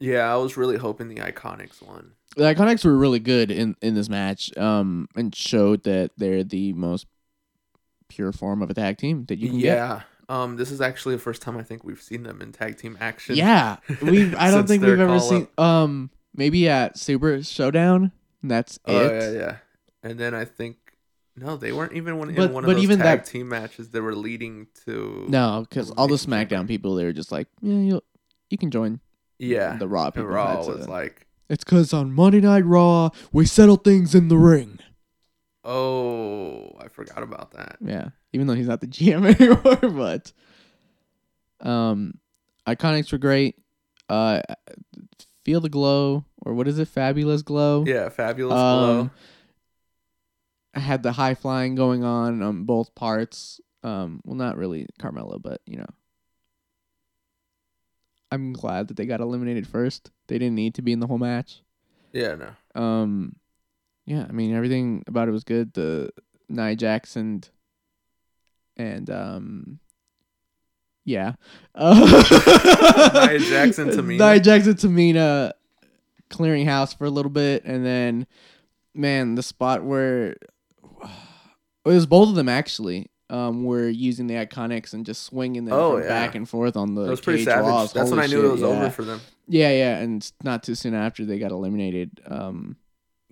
Speaker 1: Yeah, I was really hoping the Iconics won.
Speaker 2: the Iconics were really good in in this match, um, and showed that they're the most pure form of a tag team that you can get.
Speaker 1: Yeah. Um. This is actually the first time I think we've seen them in tag team action.
Speaker 2: Yeah, we. I don't
Speaker 1: Since
Speaker 2: think we've
Speaker 1: their
Speaker 2: ever
Speaker 1: call-up.
Speaker 2: seen. Um, maybe at Super Showdown. and That's
Speaker 1: Oh yeah,
Speaker 2: it.
Speaker 1: yeah. And then I think no, they weren't even one
Speaker 2: But-
Speaker 1: in one
Speaker 2: but
Speaker 1: of those
Speaker 2: even
Speaker 1: tag
Speaker 2: that-
Speaker 1: team matches that were leading to
Speaker 2: No, because all the
Speaker 1: Elimination Chamber.
Speaker 2: SmackDown people, they were just like, yeah, you you can join.
Speaker 1: Yeah.
Speaker 2: the Raw people.
Speaker 1: and Raw
Speaker 2: That's
Speaker 1: was
Speaker 2: it.
Speaker 1: like,
Speaker 2: it's because on Monday Night Raw we settle things in the ring.
Speaker 1: oh, I forgot about that.
Speaker 2: Yeah, even though he's not the GM anymore, but um, Iconics were great. Uh, feel the glow, or what is it? Fabulous glow.
Speaker 1: Yeah, fabulous
Speaker 2: Um,
Speaker 1: glow.
Speaker 2: I had the high flying going on on both parts. Um, well, not really Carmelo, but you know, I'm glad that they got eliminated first. They didn't need to be in the whole match.
Speaker 1: Yeah, no.
Speaker 2: Um, yeah, I mean everything about it was good. The Nia Jackson and um, yeah, uh,
Speaker 1: Nia Jackson, Tamina.
Speaker 2: Nia Jackson Tamina clearing house for a little bit, and then man, the spot where it was both of them actually. Um, were using the iconics and just swinging them
Speaker 1: Oh,
Speaker 2: from
Speaker 1: yeah.
Speaker 2: back and forth on the
Speaker 1: That was pretty
Speaker 2: cage
Speaker 1: savage.
Speaker 2: walls.
Speaker 1: That's when
Speaker 2: Holy
Speaker 1: I knew
Speaker 2: shit,
Speaker 1: it was
Speaker 2: yeah.
Speaker 1: over for them.
Speaker 2: Yeah, yeah, and it's not too soon after they got eliminated. Um,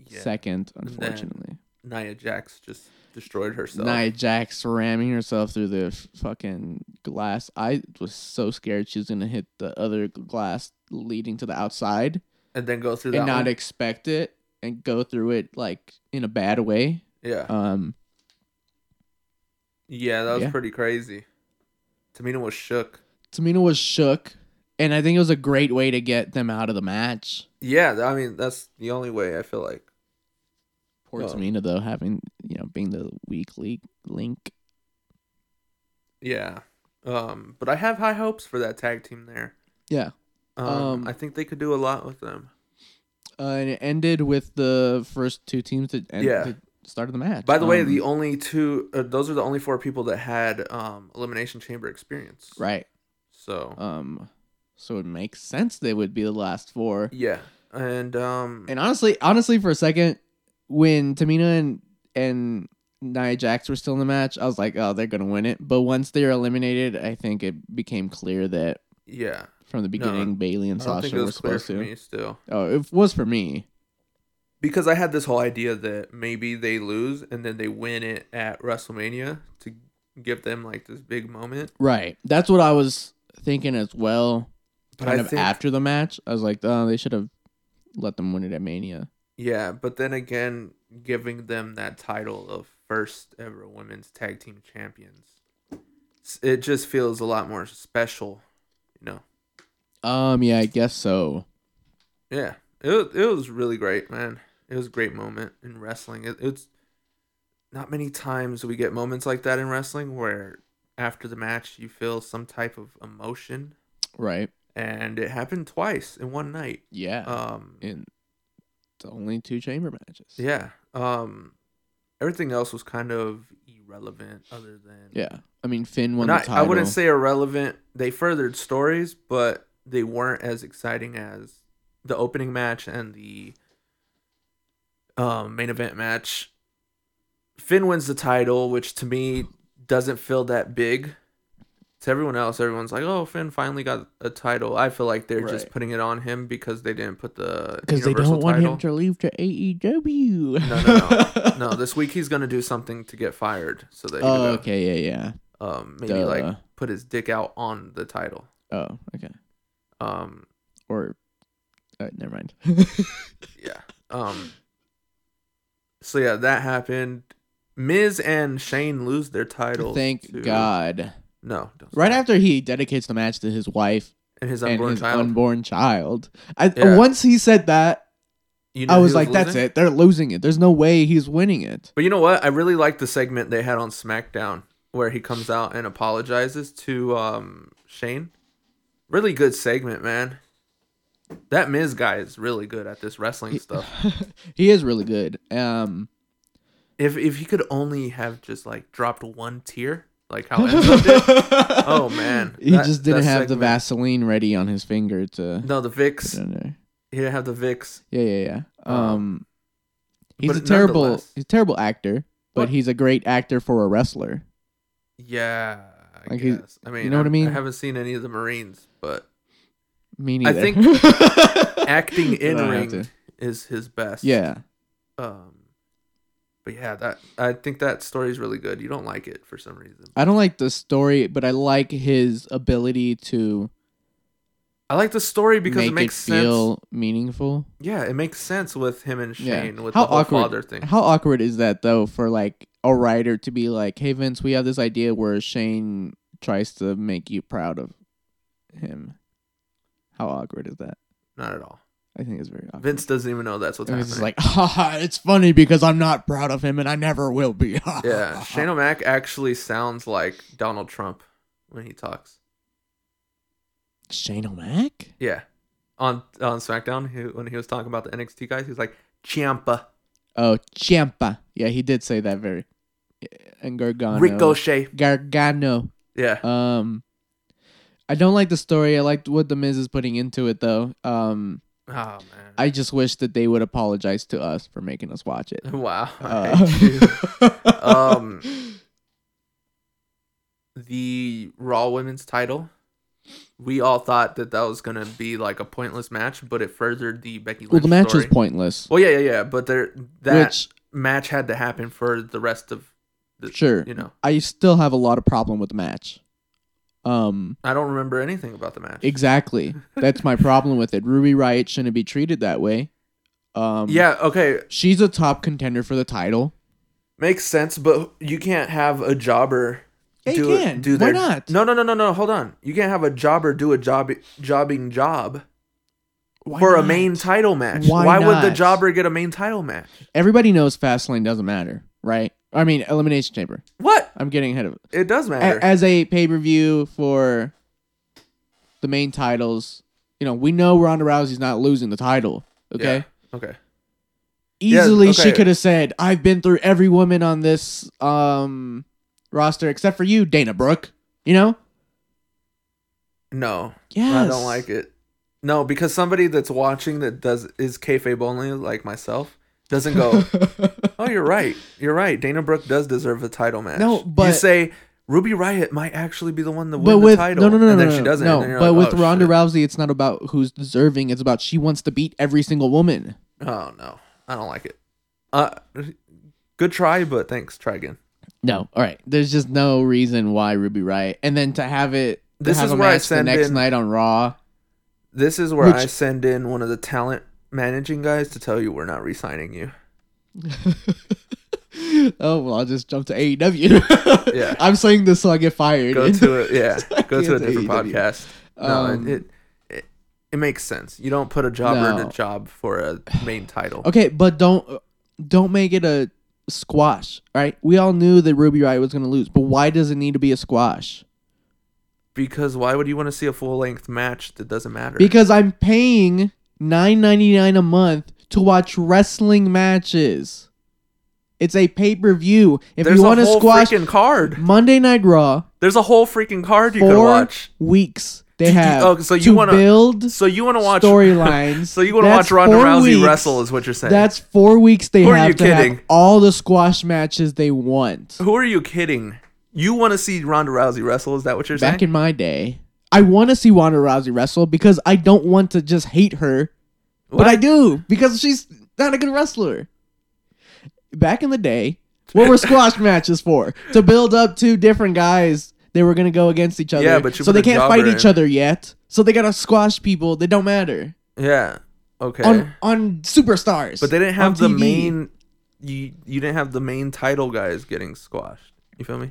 Speaker 1: Yeah.
Speaker 2: second,
Speaker 1: then-
Speaker 2: unfortunately.
Speaker 1: Nia Jax just destroyed herself.
Speaker 2: Nia Jax ramming herself through the f- fucking glass. I was so scared she was gonna hit the other glass leading to the outside
Speaker 1: And then go through that.
Speaker 2: and not
Speaker 1: one.
Speaker 2: expect it and go through it like in a bad way.
Speaker 1: yeah.
Speaker 2: Um,
Speaker 1: yeah, that was
Speaker 2: yeah.
Speaker 1: pretty crazy. Tamina was shook.
Speaker 2: Tamina was shook, and I think it was a great way to get them out of the match.
Speaker 1: Yeah, th- I mean, that's the only way I feel like.
Speaker 2: Poor
Speaker 1: Oh.
Speaker 2: Tamina though, having you know being the weak link. link.
Speaker 1: Yeah. Um, but I have high hopes for that tag team there.
Speaker 2: Yeah,
Speaker 1: Um,
Speaker 2: Um,
Speaker 1: I think they could do a lot with them.
Speaker 2: Uh, and it ended with the first two teams that end,
Speaker 1: Yeah.
Speaker 2: that started the match.
Speaker 1: By the way,
Speaker 2: Um,
Speaker 1: the only two, uh, those are the only four people that had um, elimination chamber experience.
Speaker 2: right,
Speaker 1: So
Speaker 2: um, so it makes sense they would be the last four.
Speaker 1: yeah, and um,
Speaker 2: And honestly, honestly, for a second, when Tamina and and Nia Jax were still in the match, I was like, oh, they're gonna win it. But once they were eliminated, I think it became clear that
Speaker 1: yeah,
Speaker 2: from the beginning, Bailey and
Speaker 1: I don't think
Speaker 2: Sasha
Speaker 1: it
Speaker 2: were
Speaker 1: was clear
Speaker 2: supposed
Speaker 1: for
Speaker 2: to.
Speaker 1: me still
Speaker 2: Oh, it was for me.
Speaker 1: because I had this whole idea that maybe they lose and then they win it at WrestleMania to give them like this big moment.
Speaker 2: Right. That's what I was thinking as well.
Speaker 1: But
Speaker 2: kind
Speaker 1: I
Speaker 2: of
Speaker 1: think-
Speaker 2: after the match, I was like, oh, they should have let them win it at Mania.
Speaker 1: Yeah, but then again, giving them that title of first ever women's tag team champions, s- it just feels a lot more special, you know.
Speaker 2: Um, yeah, I guess so.
Speaker 1: Yeah, it wa- it was really great, man. It was a great moment in wrestling. It, it's not many times we get moments like that in wrestling where after the match you feel some type of emotion,
Speaker 2: Right.
Speaker 1: and it happened twice in one night.
Speaker 2: Yeah.
Speaker 1: Um,
Speaker 2: in the only two chamber matches.
Speaker 1: yeah. Um, everything else was kind of irrelevant, other than
Speaker 2: Yeah. I mean, Finn won
Speaker 1: Not,
Speaker 2: the title.
Speaker 1: I wouldn't say irrelevant. They furthered stories, but they weren't as exciting as the opening match and the um, main event match. Finn wins the title, which to me doesn't feel that big. To everyone else, everyone's like, "Oh, Finn finally got a title." I feel like they're just
Speaker 2: Right.
Speaker 1: putting it on him because they didn't put the
Speaker 2: because they
Speaker 1: Universal
Speaker 2: don't want
Speaker 1: title.
Speaker 2: him to leave to E AEW.
Speaker 1: No, no, No, this week he's gonna do something to get fired, so that he
Speaker 2: oh,
Speaker 1: could, uh,
Speaker 2: okay. Yeah,
Speaker 1: um,
Speaker 2: yeah.
Speaker 1: maybe like
Speaker 2: Duh.
Speaker 1: put his dick out on the title.
Speaker 2: Oh, okay.
Speaker 1: Um,
Speaker 2: Or. Uh, never mind.
Speaker 1: yeah. Um. So yeah, that happened. Miz and Shane lose their titles.
Speaker 2: Thank
Speaker 1: to-
Speaker 2: God.
Speaker 1: No, don't
Speaker 2: Right after he dedicates the match to his wife
Speaker 1: and his
Speaker 2: and
Speaker 1: unborn
Speaker 2: his
Speaker 1: child.
Speaker 2: unborn child, I,
Speaker 1: Yeah.
Speaker 2: once he said that,
Speaker 1: you
Speaker 2: I
Speaker 1: who
Speaker 2: was like, "That's
Speaker 1: losing?
Speaker 2: it. They're losing it. There's no way he's winning it."
Speaker 1: But you know what? I really like the segment they had on SmackDown where he comes out and apologizes to um Shane. Really good segment, man. That Miz guy is really good at this wrestling stuff.
Speaker 2: he is really good. Um,
Speaker 1: If if he could only have just like dropped one tear, like how Enzo did. Oh man,
Speaker 2: he
Speaker 1: That-
Speaker 2: just didn't
Speaker 1: that
Speaker 2: have the
Speaker 1: segment-
Speaker 2: Vaseline ready on his finger to.
Speaker 1: No, the Vix.
Speaker 2: I don't know.
Speaker 1: He didn't have the Vix.
Speaker 2: Yeah, yeah, yeah. Um, he's
Speaker 1: Uh, but
Speaker 2: a terrible,
Speaker 1: nonetheless-
Speaker 2: he's a terrible actor, but
Speaker 1: What?
Speaker 2: he's a great actor for a wrestler.
Speaker 1: Yeah, I
Speaker 2: Like he's-
Speaker 1: guess. I mean,
Speaker 2: know what I
Speaker 1: I'm-
Speaker 2: mean?
Speaker 1: I haven't seen any of the Marines, but
Speaker 2: Me
Speaker 1: I
Speaker 2: neither.
Speaker 1: think acting in
Speaker 2: don't have
Speaker 1: ring
Speaker 2: to.
Speaker 1: is his best.
Speaker 2: Yeah,
Speaker 1: Um, but yeah, that I think that story's really good. You don't like it for some reason.
Speaker 2: I don't like the story, but I like his ability to
Speaker 1: I like the story because
Speaker 2: make
Speaker 1: it makes
Speaker 2: it
Speaker 1: sense.
Speaker 2: feel meaningful.
Speaker 1: Yeah, it makes sense with him and
Speaker 2: Yeah.
Speaker 1: Shane with
Speaker 2: How
Speaker 1: the whole
Speaker 2: awkward-
Speaker 1: father thing.
Speaker 2: How awkward is that though for like a writer to be like, "Hey Vince, we have this idea where Shane tries to make you proud of him." How awkward is that?
Speaker 1: Not at all.
Speaker 2: I think it's very awkward.
Speaker 1: Vince doesn't even know that's what's
Speaker 2: And
Speaker 1: happening.
Speaker 2: Vince is like, "Haha, it's funny because I'm not proud of him and I never will be."
Speaker 1: yeah, Shane O'Mac actually sounds like Donald Trump when he talks.
Speaker 2: Shane O'Mac?
Speaker 1: Yeah. On on SmackDown, he, when he was talking about the NXT guys, he was like, Ciampa,
Speaker 2: Oh, Ciampa. Yeah, he did say that very. And Gargano.
Speaker 1: Ricochet.
Speaker 2: Gargano.
Speaker 1: Yeah.
Speaker 2: Um, I don't like the story. I liked what the Miz is putting into it, though. Um,
Speaker 1: Oh, man.
Speaker 2: I just wish that they would apologize to us for making us watch it.
Speaker 1: wow. I
Speaker 2: Uh,
Speaker 1: hate you. um, the Raw Women's title, we all thought that that was going to be like a pointless match, but it furthered the Becky Lynch
Speaker 2: well, the match
Speaker 1: story.
Speaker 2: was pointless.
Speaker 1: Well, yeah, yeah, yeah. But there, that
Speaker 2: which
Speaker 1: match had to happen for the rest of, the,
Speaker 2: sure,
Speaker 1: you know.
Speaker 2: I still have a lot of problem with the match. Um,
Speaker 1: I don't remember anything about the match.
Speaker 2: exactly. That's my problem with it. Ruby Riot shouldn't be treated that way. Um,
Speaker 1: yeah, okay.
Speaker 2: she's a top contender for the title.
Speaker 1: Makes sense, but you can't have a jobber.
Speaker 2: They
Speaker 1: do it-
Speaker 2: can.
Speaker 1: do
Speaker 2: Why
Speaker 1: their,
Speaker 2: not?
Speaker 1: No, no, no, no, no. Hold on. You can't have a jobber do a job jobbing job
Speaker 2: Why
Speaker 1: for a
Speaker 2: not?
Speaker 1: main title match.
Speaker 2: Why
Speaker 1: would the
Speaker 2: not?
Speaker 1: jobber get a main title match?
Speaker 2: Everybody knows Fastlane doesn't matter, right? I mean, Elimination Chamber.
Speaker 1: What?
Speaker 2: I'm getting ahead of it.
Speaker 1: It does matter.
Speaker 2: A- as a pay per view for the main titles, you know, we know Ronda Rousey's not losing the title. Okay.
Speaker 1: Yeah, Okay. Yeah,
Speaker 2: Easily she
Speaker 1: okay.
Speaker 2: could have said, I've been through every woman on this um roster except for you, Dana Brooke. You know?
Speaker 1: No,
Speaker 2: Yes.
Speaker 1: I don't like it. No, because somebody that's watching that does is kayfabe only, like myself, doesn't go. oh, you're right. You're right. Dana Brooke does deserve a title match.
Speaker 2: No,
Speaker 1: you
Speaker 2: but-
Speaker 1: say Ruby Riot might actually be the one to win
Speaker 2: But with
Speaker 1: the
Speaker 2: no
Speaker 1: title.
Speaker 2: no no no
Speaker 1: and then
Speaker 2: no,
Speaker 1: she
Speaker 2: no,
Speaker 1: doesn't.
Speaker 2: no
Speaker 1: and you're
Speaker 2: but
Speaker 1: like,
Speaker 2: with
Speaker 1: "Oh,
Speaker 2: Ronda
Speaker 1: shit."
Speaker 2: Rousey, it's not about who's deserving. It's about she wants to beat every single woman.
Speaker 1: Oh no, I don't like it. Uh, good try, but thanks. Try again.
Speaker 2: No, all right. There's just no reason why Ruby Riot, and then to have it. to
Speaker 1: This
Speaker 2: have
Speaker 1: is
Speaker 2: a
Speaker 1: where I
Speaker 2: match the
Speaker 1: send
Speaker 2: next
Speaker 1: in-
Speaker 2: night on Raw.
Speaker 1: This is where
Speaker 2: Which-
Speaker 1: I send in one of the talent managing guys to tell you we're not re-signing you.
Speaker 2: oh well, I'll just jump to AEW.
Speaker 1: Yeah.
Speaker 2: I'm saying this so I get fired.
Speaker 1: Go to it. Yeah, go to a
Speaker 2: It's
Speaker 1: different
Speaker 2: AEW.
Speaker 1: podcast. No,
Speaker 2: Um,
Speaker 1: it, it it it makes sense. You don't put a jobber in
Speaker 2: No.
Speaker 1: a job for a main title.
Speaker 2: okay, but don't don't make it a squash, right? We all knew that Ruby Riot was going to lose, but why does it need to be a squash?
Speaker 1: Because why would you want to see a full length match that doesn't matter?
Speaker 2: Because I'm paying nine ninety nine a month to watch wrestling matches. It's a pay per view. If
Speaker 1: There's
Speaker 2: you want
Speaker 1: a
Speaker 2: to
Speaker 1: whole
Speaker 2: squash
Speaker 1: freaking card.
Speaker 2: Monday Night Raw,
Speaker 1: There's a whole freaking card you could
Speaker 2: four
Speaker 1: watch.
Speaker 2: weeks
Speaker 1: Do
Speaker 2: they
Speaker 1: you-
Speaker 2: have
Speaker 1: oh, so you
Speaker 2: to
Speaker 1: wanna-
Speaker 2: build
Speaker 1: So you want to watch
Speaker 2: storylines.
Speaker 1: So you want to
Speaker 2: That's
Speaker 1: watch Ronda
Speaker 2: four
Speaker 1: Rousey
Speaker 2: weeks.
Speaker 1: wrestle is what you're saying.
Speaker 2: That's four weeks they
Speaker 1: Who are
Speaker 2: have
Speaker 1: you
Speaker 2: to
Speaker 1: kidding?
Speaker 2: have all the squash matches they want.
Speaker 1: Who are you kidding? You want to see Ronda Rousey wrestle? Is that what you're
Speaker 2: Back
Speaker 1: saying?
Speaker 2: in my day, I want to see Ronda Rousey wrestle because I don't want to just hate her,
Speaker 1: What?
Speaker 2: but I do because she's not a good wrestler. Back in the day, what were squash matches for? To build up two different guys they were gonna go against each other.
Speaker 1: Yeah, but you
Speaker 2: so
Speaker 1: put
Speaker 2: they
Speaker 1: a
Speaker 2: can't fight
Speaker 1: jobber
Speaker 2: each
Speaker 1: in.
Speaker 2: other yet. So they gotta squash people that don't matter
Speaker 1: yeah. Okay.
Speaker 2: on on superstars.
Speaker 1: but they didn't
Speaker 2: on
Speaker 1: have the
Speaker 2: TV.
Speaker 1: main. You you didn't have the main title guys getting squashed. You feel me?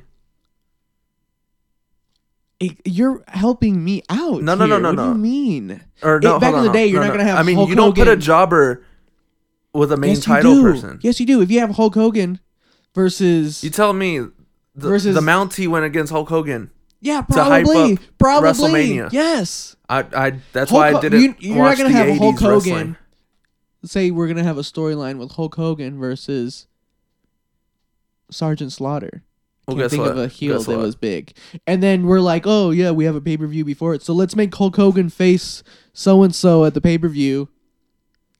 Speaker 2: It- you're helping me out.
Speaker 1: No, no, no,
Speaker 2: here.
Speaker 1: no,
Speaker 2: What
Speaker 1: no.
Speaker 2: do you mean?
Speaker 1: Or no?
Speaker 2: It- back
Speaker 1: hold
Speaker 2: in the
Speaker 1: on,
Speaker 2: day, you're
Speaker 1: no,
Speaker 2: not
Speaker 1: no.
Speaker 2: gonna have
Speaker 1: I mean, you
Speaker 2: Hulk
Speaker 1: don't put a
Speaker 2: Hogan.
Speaker 1: jobber with a main
Speaker 2: yes,
Speaker 1: title
Speaker 2: you do.
Speaker 1: person.
Speaker 2: Yes, you do. If you have Hulk Hogan versus
Speaker 1: You tell me. The,
Speaker 2: Versus-
Speaker 1: the Mountie went against Hulk Hogan.
Speaker 2: yeah,
Speaker 1: hype
Speaker 2: probably
Speaker 1: up
Speaker 2: probably
Speaker 1: WrestleMania.
Speaker 2: Yes.
Speaker 1: I, I that's
Speaker 2: Hulk
Speaker 1: why I
Speaker 2: Ho-
Speaker 1: didn't
Speaker 2: you- you're not
Speaker 1: watch
Speaker 2: gonna
Speaker 1: the
Speaker 2: have
Speaker 1: 80s
Speaker 2: Hulk Hogan.
Speaker 1: wrestling.
Speaker 2: Say we're gonna have a storyline with Hulk Hogan versus Sergeant Slaughter.
Speaker 1: Well,
Speaker 2: Can't
Speaker 1: guess
Speaker 2: think
Speaker 1: what?
Speaker 2: of a heel
Speaker 1: Guess
Speaker 2: that
Speaker 1: what?
Speaker 2: was big. And then we're like, oh yeah, we have a pay per view before it, so let's make Hulk Hogan face so and so at the pay per view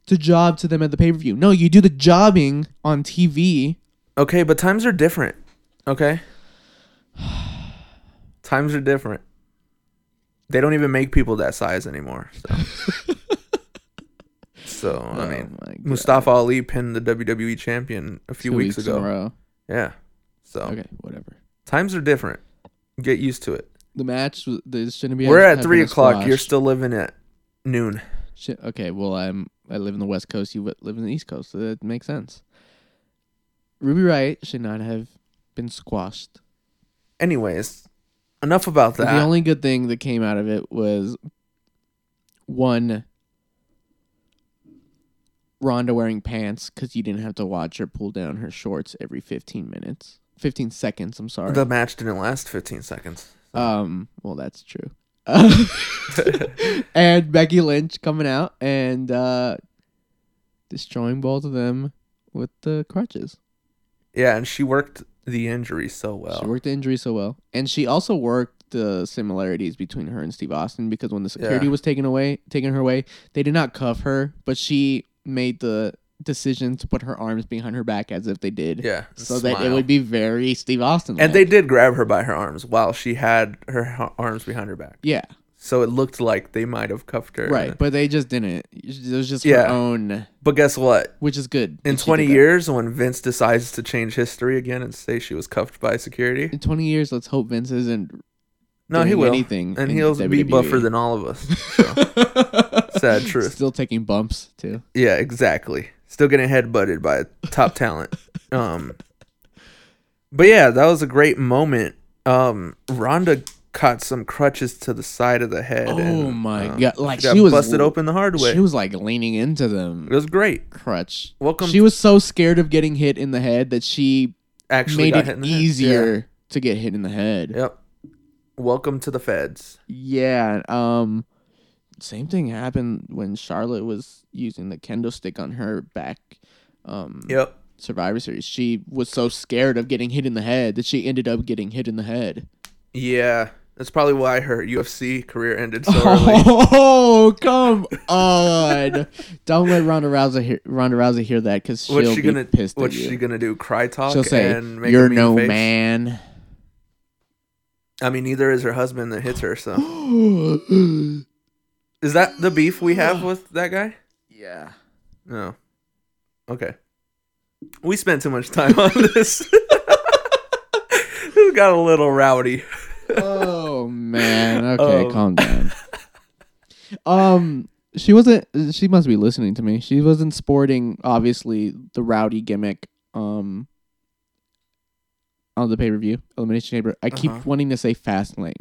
Speaker 2: to job to them at the pay per view. No, you do the jobbing on TV.
Speaker 1: Okay, but times are different. Okay? times are different. They don't even make people that size anymore. so. So, I mean,
Speaker 2: Oh my God.
Speaker 1: Mustafa Ali pinned the WWE champion a few
Speaker 2: Two
Speaker 1: weeks,
Speaker 2: in a
Speaker 1: ago. Oh.
Speaker 2: row.
Speaker 1: Yeah. So,
Speaker 2: Okay, whatever.
Speaker 1: times are different. Get used to it.
Speaker 2: The match was- this shouldn't be.
Speaker 1: We're at
Speaker 2: happening
Speaker 1: 3
Speaker 2: in
Speaker 1: o'clock. You're
Speaker 2: squash.
Speaker 1: still living at noon.
Speaker 2: Shit. Okay. Well, I'm. I live in the West Coast. You live in the East Coast. So that makes sense. Ruby Riot should not have been squashed.
Speaker 1: Anyways, enough about that.
Speaker 2: The only good thing that came out of it was one Ronda wearing pants because you didn't have to watch her pull down her shorts every fifteen minutes, fifteen seconds. I'm sorry.
Speaker 1: the match didn't last 15 seconds.
Speaker 2: um. Well, that's true. and Becky Lynch coming out and uh, destroying both of them with the crutches.
Speaker 1: yeah, and she worked the injury so well.
Speaker 2: She worked the injury so well, and she also worked the similarities between her and Steve Austin because when the security
Speaker 1: Yeah.
Speaker 2: was taken away, taken her away, they did not cuff her, but she made the decision to put her arms behind her back as if they did,
Speaker 1: Yeah.
Speaker 2: so that it
Speaker 1: smile.
Speaker 2: would be very Steve Austin.
Speaker 1: And they did grab her by her arms while she had her h- arms behind her back.
Speaker 2: yeah,
Speaker 1: So it looked like they might have cuffed her.
Speaker 2: right, but they just didn't. It was just
Speaker 1: Yeah.
Speaker 2: her own,
Speaker 1: But guess what?
Speaker 2: which is good.
Speaker 1: In
Speaker 2: that she
Speaker 1: 20
Speaker 2: did that.
Speaker 1: years, when Vince decides to change history again and say she was cuffed by security,
Speaker 2: in 20 years, let's hope Vince isn't
Speaker 1: no, he
Speaker 2: doing
Speaker 1: will.
Speaker 2: anything
Speaker 1: and
Speaker 2: in E.
Speaker 1: he'll be
Speaker 2: WWE.
Speaker 1: buffer than all of us. So, sad truth.
Speaker 2: still taking bumps too.
Speaker 1: Yeah, exactly. Still getting headbutted by top talent. Um, but yeah, that was a great moment. Um, Rhonda caught some crutches to the side of the head.
Speaker 2: Oh
Speaker 1: and,
Speaker 2: my
Speaker 1: um,
Speaker 2: god! Like
Speaker 1: she,
Speaker 2: she,
Speaker 1: got
Speaker 2: was
Speaker 1: busted open the hard way.
Speaker 2: She was like leaning into
Speaker 1: it
Speaker 2: them
Speaker 1: was great.
Speaker 2: crutch.
Speaker 1: Welcome.
Speaker 2: She was so scared of getting hit in the head that she
Speaker 1: actually
Speaker 2: made
Speaker 1: got hit in
Speaker 2: it
Speaker 1: the head. Yeah.
Speaker 2: easier to get hit in the head.
Speaker 1: Yep. Welcome to the feds.
Speaker 2: Yeah. Um. Same thing happened when Charlotte was using the kendo stick on her back. Um,
Speaker 1: Yep.
Speaker 2: Survivor Series. She was so scared of getting hit in the head that she ended up getting hit in the head.
Speaker 1: Yeah. That's probably why her UFC career ended so early.
Speaker 2: Oh, come on! Don't let Ronda Rousey hear, Ronda Rousey hear that because she'll
Speaker 1: What's she
Speaker 2: be
Speaker 1: gonna
Speaker 2: pissed at
Speaker 1: What's
Speaker 2: you.
Speaker 1: she gonna do? Cry talk
Speaker 2: She'll say,
Speaker 1: and make a
Speaker 2: "You're
Speaker 1: mean
Speaker 2: no
Speaker 1: face?
Speaker 2: man."
Speaker 1: I mean, neither is her husband that hits her, so
Speaker 2: yeah.
Speaker 1: is that the beef we have with that guy? No. Okay. We spent too much time on this. this got a little rowdy.
Speaker 2: Oh man. Okay,
Speaker 1: Um.
Speaker 2: calm down. Um, she wasn't. She must be listening to me. She wasn't sporting, obviously, the rowdy gimmick. Um. On the pay per view, Elimination Chamber. I
Speaker 1: Uh-huh.
Speaker 2: keep wanting to say fast lane.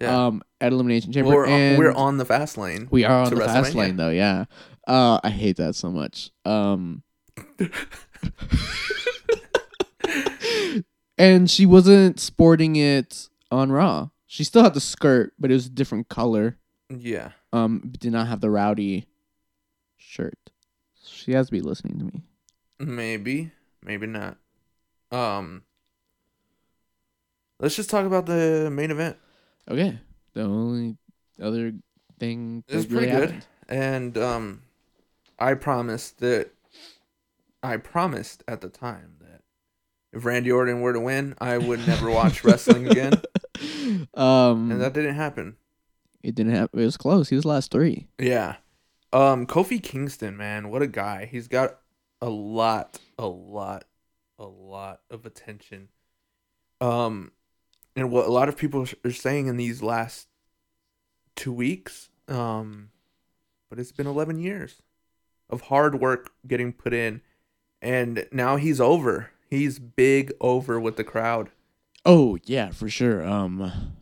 Speaker 1: Yeah.
Speaker 2: Um, at Elimination Chamber,
Speaker 1: we're, on,
Speaker 2: and
Speaker 1: we're on the fast lane.
Speaker 2: We are on
Speaker 1: to
Speaker 2: the fast
Speaker 1: WrestleMania.
Speaker 2: lane though, yeah. Uh, I hate that so much. Um, and she wasn't sporting it on Raw. She still had the skirt, but it was a different color.
Speaker 1: Yeah.
Speaker 2: Um, did not have the rowdy shirt. She has to be listening to me.
Speaker 1: Maybe. Maybe not. Um Let's just talk about the main event.
Speaker 2: Okay, the only other thing
Speaker 1: It was
Speaker 2: that really
Speaker 1: pretty good.
Speaker 2: happened.
Speaker 1: And um I promised that I promised at the time that if Randy Orton were to win, I would never watch wrestling again.
Speaker 2: Um,
Speaker 1: And that didn't happen.
Speaker 2: it didn't happen. It was close. He was last three.
Speaker 1: Yeah. Um Kofi Kingston, man, what a guy. He's got a lot, a lot, a lot of attention. Um and what a lot of people sh- are saying in these last 2 weeks, um but it's been 11 years of hard work getting put in and now he's over. He's big over with the crowd.
Speaker 2: Oh yeah, for sure. Um,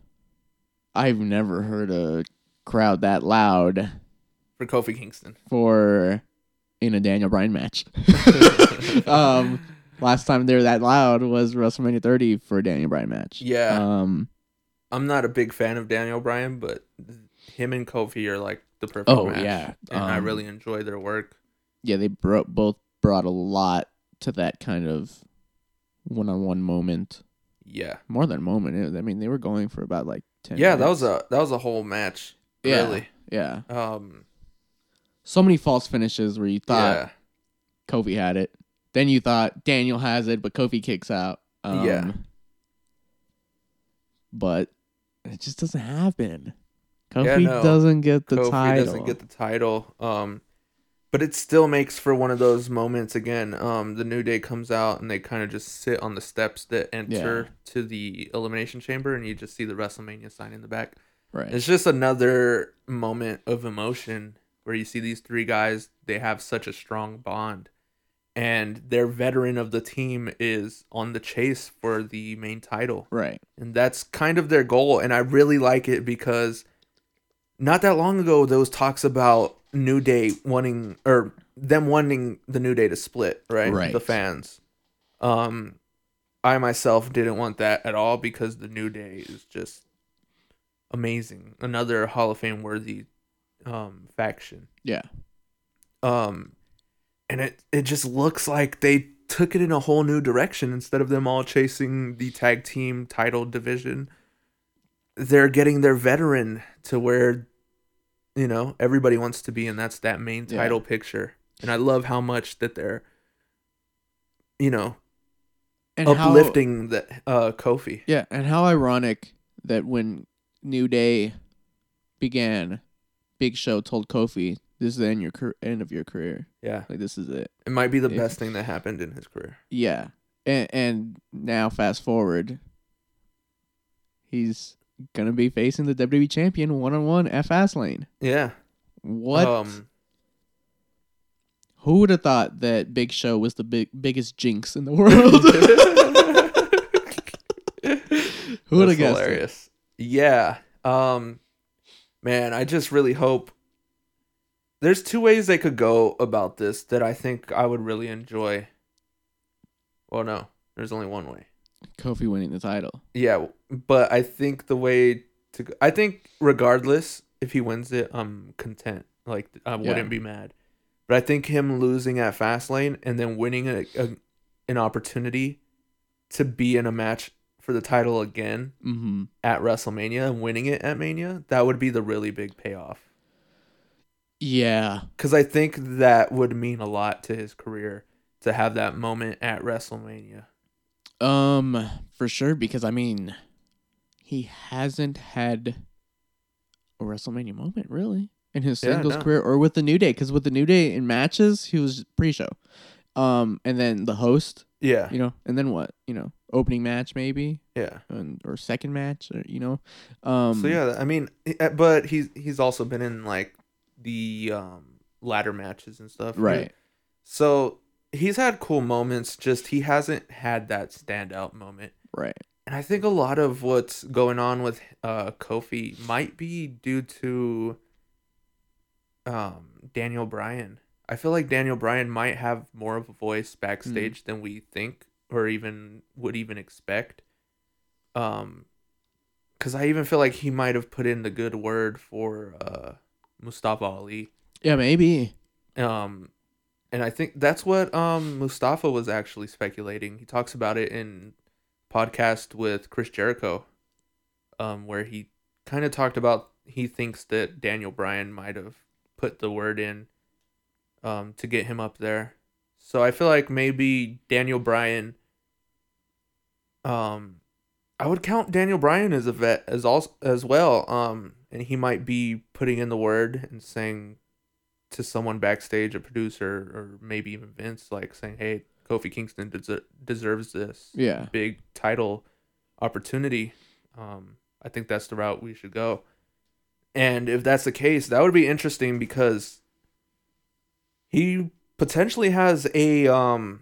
Speaker 2: I've never heard a crowd that loud
Speaker 1: For Kofi Kingston.
Speaker 2: for in a Daniel Bryan match. um, last time they were that loud was WrestleMania 30 for a Daniel Bryan match.
Speaker 1: Yeah.
Speaker 2: Um.
Speaker 1: I'm not a big fan of Daniel Bryan, but him and Kofi are like the perfect
Speaker 2: Oh,
Speaker 1: match.
Speaker 2: yeah.
Speaker 1: and I
Speaker 2: Um,
Speaker 1: really enjoy their work.
Speaker 2: Yeah, they bro- both brought a lot to that kind of one-on-one moment.
Speaker 1: Yeah,
Speaker 2: More than a moment. I mean, they were going for about like 10
Speaker 1: yeah, that
Speaker 2: minutes.
Speaker 1: was a that was a whole match.
Speaker 2: Yeah.
Speaker 1: Really,
Speaker 2: Yeah.
Speaker 1: um,
Speaker 2: So many false finishes where you thought
Speaker 1: yeah,
Speaker 2: Kofi had it. Then you thought Daniel has it, but Kofi kicks out. Um,
Speaker 1: Yeah.
Speaker 2: But it just doesn't happen. Kofi
Speaker 1: Yeah, no.
Speaker 2: doesn't get the
Speaker 1: Kofi
Speaker 2: title.
Speaker 1: doesn't get the title. Um, but it still makes for one of those moments again. Um, the New Day comes out and they kind of just sit on the steps that enter to the Elimination Chamber, and you just see the WrestleMania sign in the back.
Speaker 2: right.
Speaker 1: It's just another moment of emotion where you see these three guys, they have such a strong bond. And their veteran of the team is on the chase for the main title.
Speaker 2: right.
Speaker 1: And that's kind of their goal. And I really like it because not that long ago, there was talks about New Day wanting, or them wanting the New Day to split, right?
Speaker 2: Right.
Speaker 1: The fans. Um, I myself didn't want that at all because the New Day is just amazing. Another Hall of Fame worthy um, faction.
Speaker 2: Yeah.
Speaker 1: Um, and it, it just looks like they took it in a whole new direction instead of them all chasing the tag team title division. They're getting their veteran to where, you know, everybody wants to be, and that's that main
Speaker 2: Yeah.
Speaker 1: title picture. And I love how much that they're, you know,
Speaker 2: And how-
Speaker 1: uplifting that uh, Kofi.
Speaker 2: Yeah, and how ironic that when New Day began, Big Show told Kofi, "This is the end your car- end of your career.
Speaker 1: Yeah,
Speaker 2: Like this is it."
Speaker 1: it might be the
Speaker 2: Yeah.
Speaker 1: best thing that happened in his career.
Speaker 2: Yeah, and and now fast forward, he's gonna be facing the WWE champion one on one at Fastlane.
Speaker 1: Yeah.
Speaker 2: What?
Speaker 1: Um,
Speaker 2: Who would have thought that Big Show was the big biggest jinx in the world? Who would have
Speaker 1: That's
Speaker 2: guessed? it?
Speaker 1: Hilarious. Yeah. Um, man, I just really hope. There's two ways they could go about this that I think I would really enjoy. Well, no, there's only one way.
Speaker 2: Kofi winning the title.
Speaker 1: Yeah, but I think the way to go, I think regardless if he wins it, I'm content. Like I wouldn't
Speaker 2: Yeah.
Speaker 1: be mad. But I think him losing at Fastlane and then winning a, a, an opportunity to be in a match for the title again
Speaker 2: hmm
Speaker 1: at WrestleMania and winning it at Mania, that would be the really big payoff.
Speaker 2: Yeah.
Speaker 1: Cuz I think that would mean a lot to his career to have that moment at WrestleMania.
Speaker 2: Um, for sure, because I mean, he hasn't had a WrestleMania moment really in his
Speaker 1: Yeah,
Speaker 2: singles
Speaker 1: no.
Speaker 2: career or with the New Day, because with the New Day in matches, he was pre-show, um, and then the host,
Speaker 1: Yeah.
Speaker 2: you know, and then what, you know, opening match maybe,
Speaker 1: Yeah.
Speaker 2: and or second match, or you know, um,
Speaker 1: so yeah, I mean, eh, but he's he's also been in like the um ladder matches and stuff,
Speaker 2: right,
Speaker 1: So he's had cool moments. Just he hasn't had that standout moment,
Speaker 2: right,
Speaker 1: and I think a lot of what's going on with uh Kofi might be due to um Daniel Bryan. I feel like Daniel Bryan might have more of a voice backstage than we think or even would even expect. Um, because I even feel like he might have put in the good word for uh Mustafa Ali.
Speaker 2: Yeah, maybe.
Speaker 1: Um, and I think that's what um Mustafa was actually speculating. He talks about it in podcast with Chris Jericho, um, where he kind of talked about he thinks that Daniel Bryan might have put the word in, um, to get him up there. So I feel like maybe Daniel Bryan. Um, I would count Daniel Bryan as a vet as also as well. Um, and he might be putting in the word and saying to someone backstage, a producer, or maybe even Vince, like saying, "Hey, Kofi Kingston deser- deserves this
Speaker 2: Yeah.
Speaker 1: big title opportunity." Um, I think that's the route we should go. And if that's the case, that would be interesting because he potentially has a um,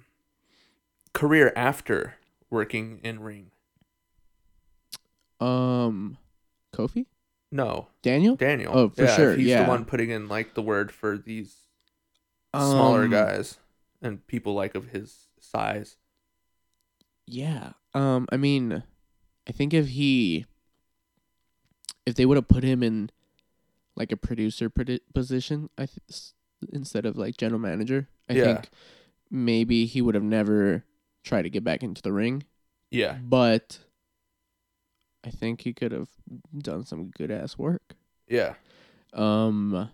Speaker 1: career after working in ring.
Speaker 2: Um, Kofi,
Speaker 1: No,
Speaker 2: Daniel,
Speaker 1: Daniel.
Speaker 2: Oh, for
Speaker 1: if
Speaker 2: sure,
Speaker 1: He's
Speaker 2: yeah.
Speaker 1: the one putting in like the word for these smaller
Speaker 2: Um,
Speaker 1: guys and people like of his size.
Speaker 2: Yeah. Um, I mean, I think if he, if they would have put him in, like a producer produ- position, I th- s- instead of like general manager, I
Speaker 1: Yeah.
Speaker 2: think maybe he would have never tried to get back into the ring.
Speaker 1: Yeah,
Speaker 2: But I think he could have done some good ass work.
Speaker 1: yeah,
Speaker 2: Um.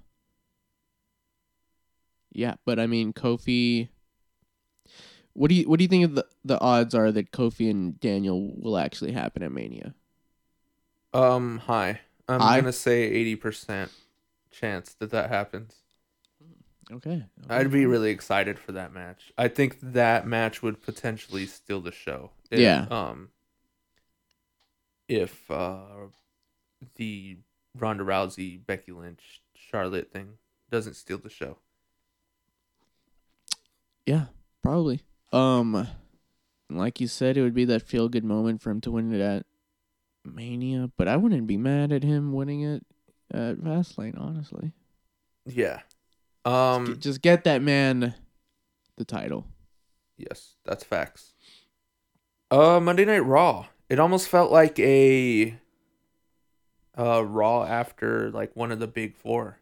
Speaker 2: Yeah, but I mean Kofi. What do you what do you think of the, the odds are that Kofi and Daniel will actually happen at Mania?
Speaker 1: Um, hi. I'm
Speaker 2: Hi.
Speaker 1: gonna say eighty percent chance that that happens.
Speaker 2: Okay,
Speaker 1: I'd
Speaker 2: Mm-hmm.
Speaker 1: be really excited for that match. I think that match would potentially steal the show.
Speaker 2: Yeah.
Speaker 1: Um. If uh, the Ronda Rousey Becky Lynch Charlotte thing doesn't steal the show.
Speaker 2: yeah, probably. Um, like you said, it would be that feel good moment for him to win it at Mania, but I wouldn't be mad at him winning it at Fastlane. Honestly,
Speaker 1: Yeah.
Speaker 2: Just
Speaker 1: Um.
Speaker 2: get- just get that man the title.
Speaker 1: Yes, that's facts. Uh, Monday Night Raw. It almost felt like a uh Raw after like one of the big four,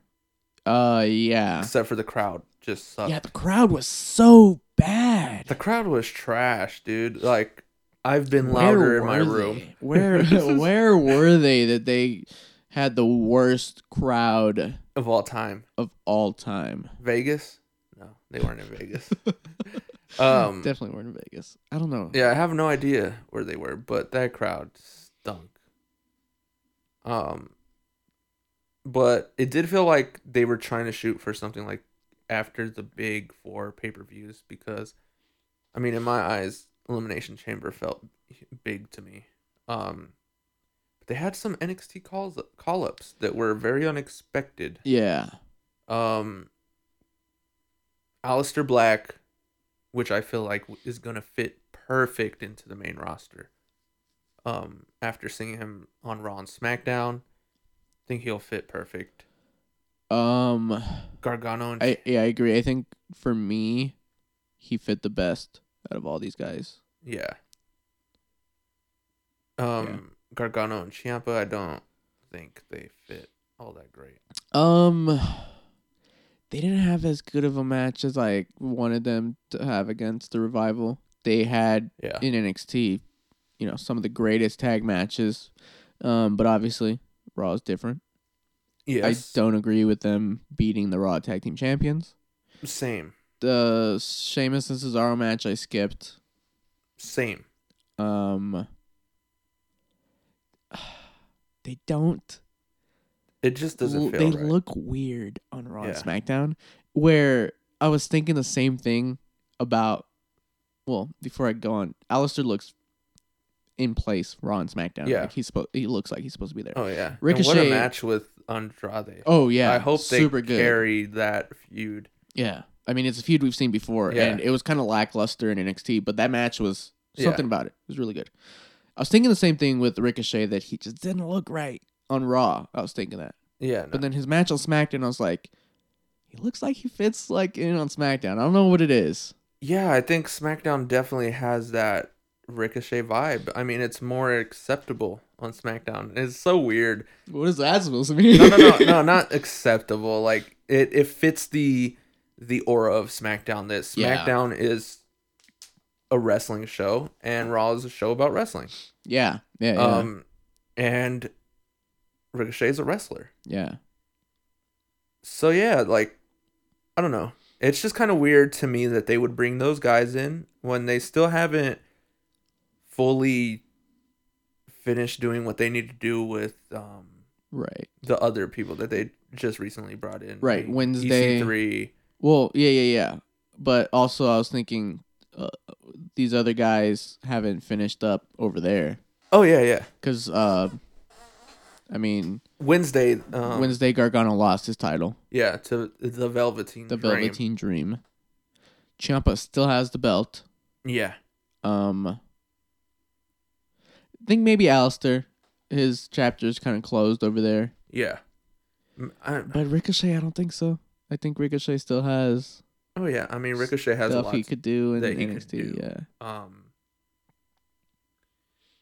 Speaker 2: Uh, yeah,
Speaker 1: except for the crowd just sucked.
Speaker 2: yeah. The crowd was so bad.
Speaker 1: The crowd was trash, dude. Like I've been
Speaker 2: Where
Speaker 1: louder in my
Speaker 2: were
Speaker 1: room.
Speaker 2: they? Where where were they that they had the worst crowd
Speaker 1: of all time.
Speaker 2: of all time?
Speaker 1: Vegas? No, they weren't in Vegas. um,
Speaker 2: Definitely weren't in Vegas. I don't know.
Speaker 1: yeah, I have no idea where they were, but that crowd stunk. Um, but it did feel like they were trying to shoot for something like after the big four pay per views because, I mean, in my eyes, Elimination Chamber felt big to me. Um, but they had some NXT calls call ups that were very unexpected.
Speaker 2: Yeah.
Speaker 1: Um, Alistair Black, which I feel like is gonna fit perfect into the main roster. Um, after seeing him on Raw and SmackDown, I think he'll fit perfect.
Speaker 2: Um
Speaker 1: Gargano and
Speaker 2: I yeah, I agree. I think for me, he fit the best out of all these guys.
Speaker 1: yeah. Um, Gargano and Ciampa, I don't think they fit all that great.
Speaker 2: Um they didn't have as good of a match as I wanted them to have against the revival. They had
Speaker 1: Yeah,
Speaker 2: in NXT, you know, some of the greatest tag matches. Um, but obviously, Raw is different.
Speaker 1: yes,
Speaker 2: I don't agree with them beating the Raw Tag Team Champions.
Speaker 1: same,
Speaker 2: The Sheamus and Cesaro match I skipped.
Speaker 1: same.
Speaker 2: Um, they don't.
Speaker 1: It just doesn't
Speaker 2: l-
Speaker 1: feel
Speaker 2: they
Speaker 1: right.
Speaker 2: look weird on Raw and
Speaker 1: Yeah.
Speaker 2: SmackDown. Where I was thinking the same thing about. Well, before I go on, Alistair looks in place Raw and SmackDown.
Speaker 1: Yeah.
Speaker 2: like he's supposed. He looks like he's supposed to be there.
Speaker 1: oh yeah, And what
Speaker 2: Ricochet-
Speaker 1: a match with Andrade.
Speaker 2: Oh yeah,
Speaker 1: I hope they
Speaker 2: super good.
Speaker 1: carry that feud.
Speaker 2: Yeah, I mean it's a feud we've seen before,
Speaker 1: Yeah.
Speaker 2: and it was kind of lackluster in NXT, but that match was
Speaker 1: Yeah.
Speaker 2: something about it. It was really good. I was thinking the same thing with Ricochet that he just didn't look right on Raw. I was thinking that,
Speaker 1: Yeah, no.
Speaker 2: but then his match on SmackDown, I was like, he looks like he fits like in on SmackDown. I don't know what it is.
Speaker 1: Yeah, I think SmackDown definitely has that Ricochet vibe. I mean, it's more acceptable on SmackDown. It's so weird.
Speaker 2: What is that supposed to mean?
Speaker 1: No, no, no, no, not acceptable. Like it, it fits the the aura of SmackDown. That
Speaker 2: Yeah.
Speaker 1: SmackDown is a wrestling show, and Raw is a show about wrestling.
Speaker 2: yeah, yeah, yeah,
Speaker 1: Um, and Ricochet is a wrestler.
Speaker 2: yeah.
Speaker 1: So yeah, like I don't know. It's just kind of weird to me that they would bring those guys in when they still haven't fully finished doing what they need to do with um
Speaker 2: Right.
Speaker 1: the other people that they just recently brought in. E
Speaker 2: Right,
Speaker 1: Like,
Speaker 2: Wednesday.
Speaker 1: EC3.
Speaker 2: Well, yeah, yeah, yeah. But also, I was thinking uh, these other guys haven't finished up over there
Speaker 1: Oh yeah, yeah.
Speaker 2: because, uh, I mean,
Speaker 1: Wednesday. Um,
Speaker 2: Wednesday Gargano lost his title,
Speaker 1: Yeah, to the Velveteen.
Speaker 2: the
Speaker 1: Dream.
Speaker 2: Velveteen Dream. Ciampa still has the belt.
Speaker 1: Yeah.
Speaker 2: Um, I think maybe Alistair. His chapter's kind of closed over there.
Speaker 1: Yeah. Mm, I,
Speaker 2: But Ricochet, I don't think so. I think Ricochet still has
Speaker 1: oh yeah. I mean, Ricochet has a
Speaker 2: stuff
Speaker 1: lot.
Speaker 2: he could do in
Speaker 1: that he could
Speaker 2: NXT.
Speaker 1: do.
Speaker 2: Yeah.
Speaker 1: um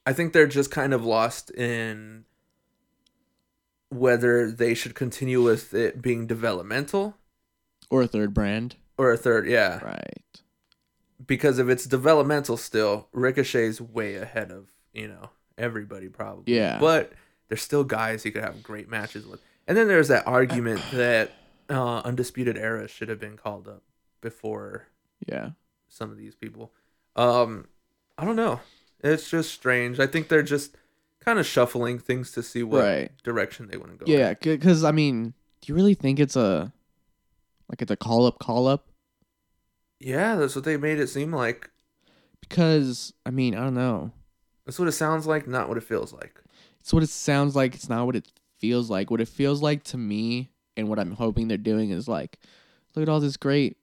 Speaker 1: I think they're just kind of lost in whether they should continue with it being developmental
Speaker 2: Or a third brand.
Speaker 1: or a third, yeah.
Speaker 2: Right.
Speaker 1: Because if it's developmental still, Ricochet's way ahead of, you know, everybody probably.
Speaker 2: Yeah.
Speaker 1: But there's still guys he could have great matches with. And then there's that argument that uh, Undisputed Era should have been called up before
Speaker 2: Yeah.
Speaker 1: some of these people. Um, I don't know. It's just strange. I think they're just kind of shuffling things to see what
Speaker 2: Right.
Speaker 1: direction they want to go. in.
Speaker 2: Yeah, because I mean, do you really think it's a like it's a call up, call up?
Speaker 1: yeah, that's what they made it seem like.
Speaker 2: Because I mean, I don't know.
Speaker 1: That's what it sounds like, not what it feels like.
Speaker 2: It's what it sounds like. It's not what it feels like. What it feels like to me, and what I'm hoping they're doing is like, look at all this great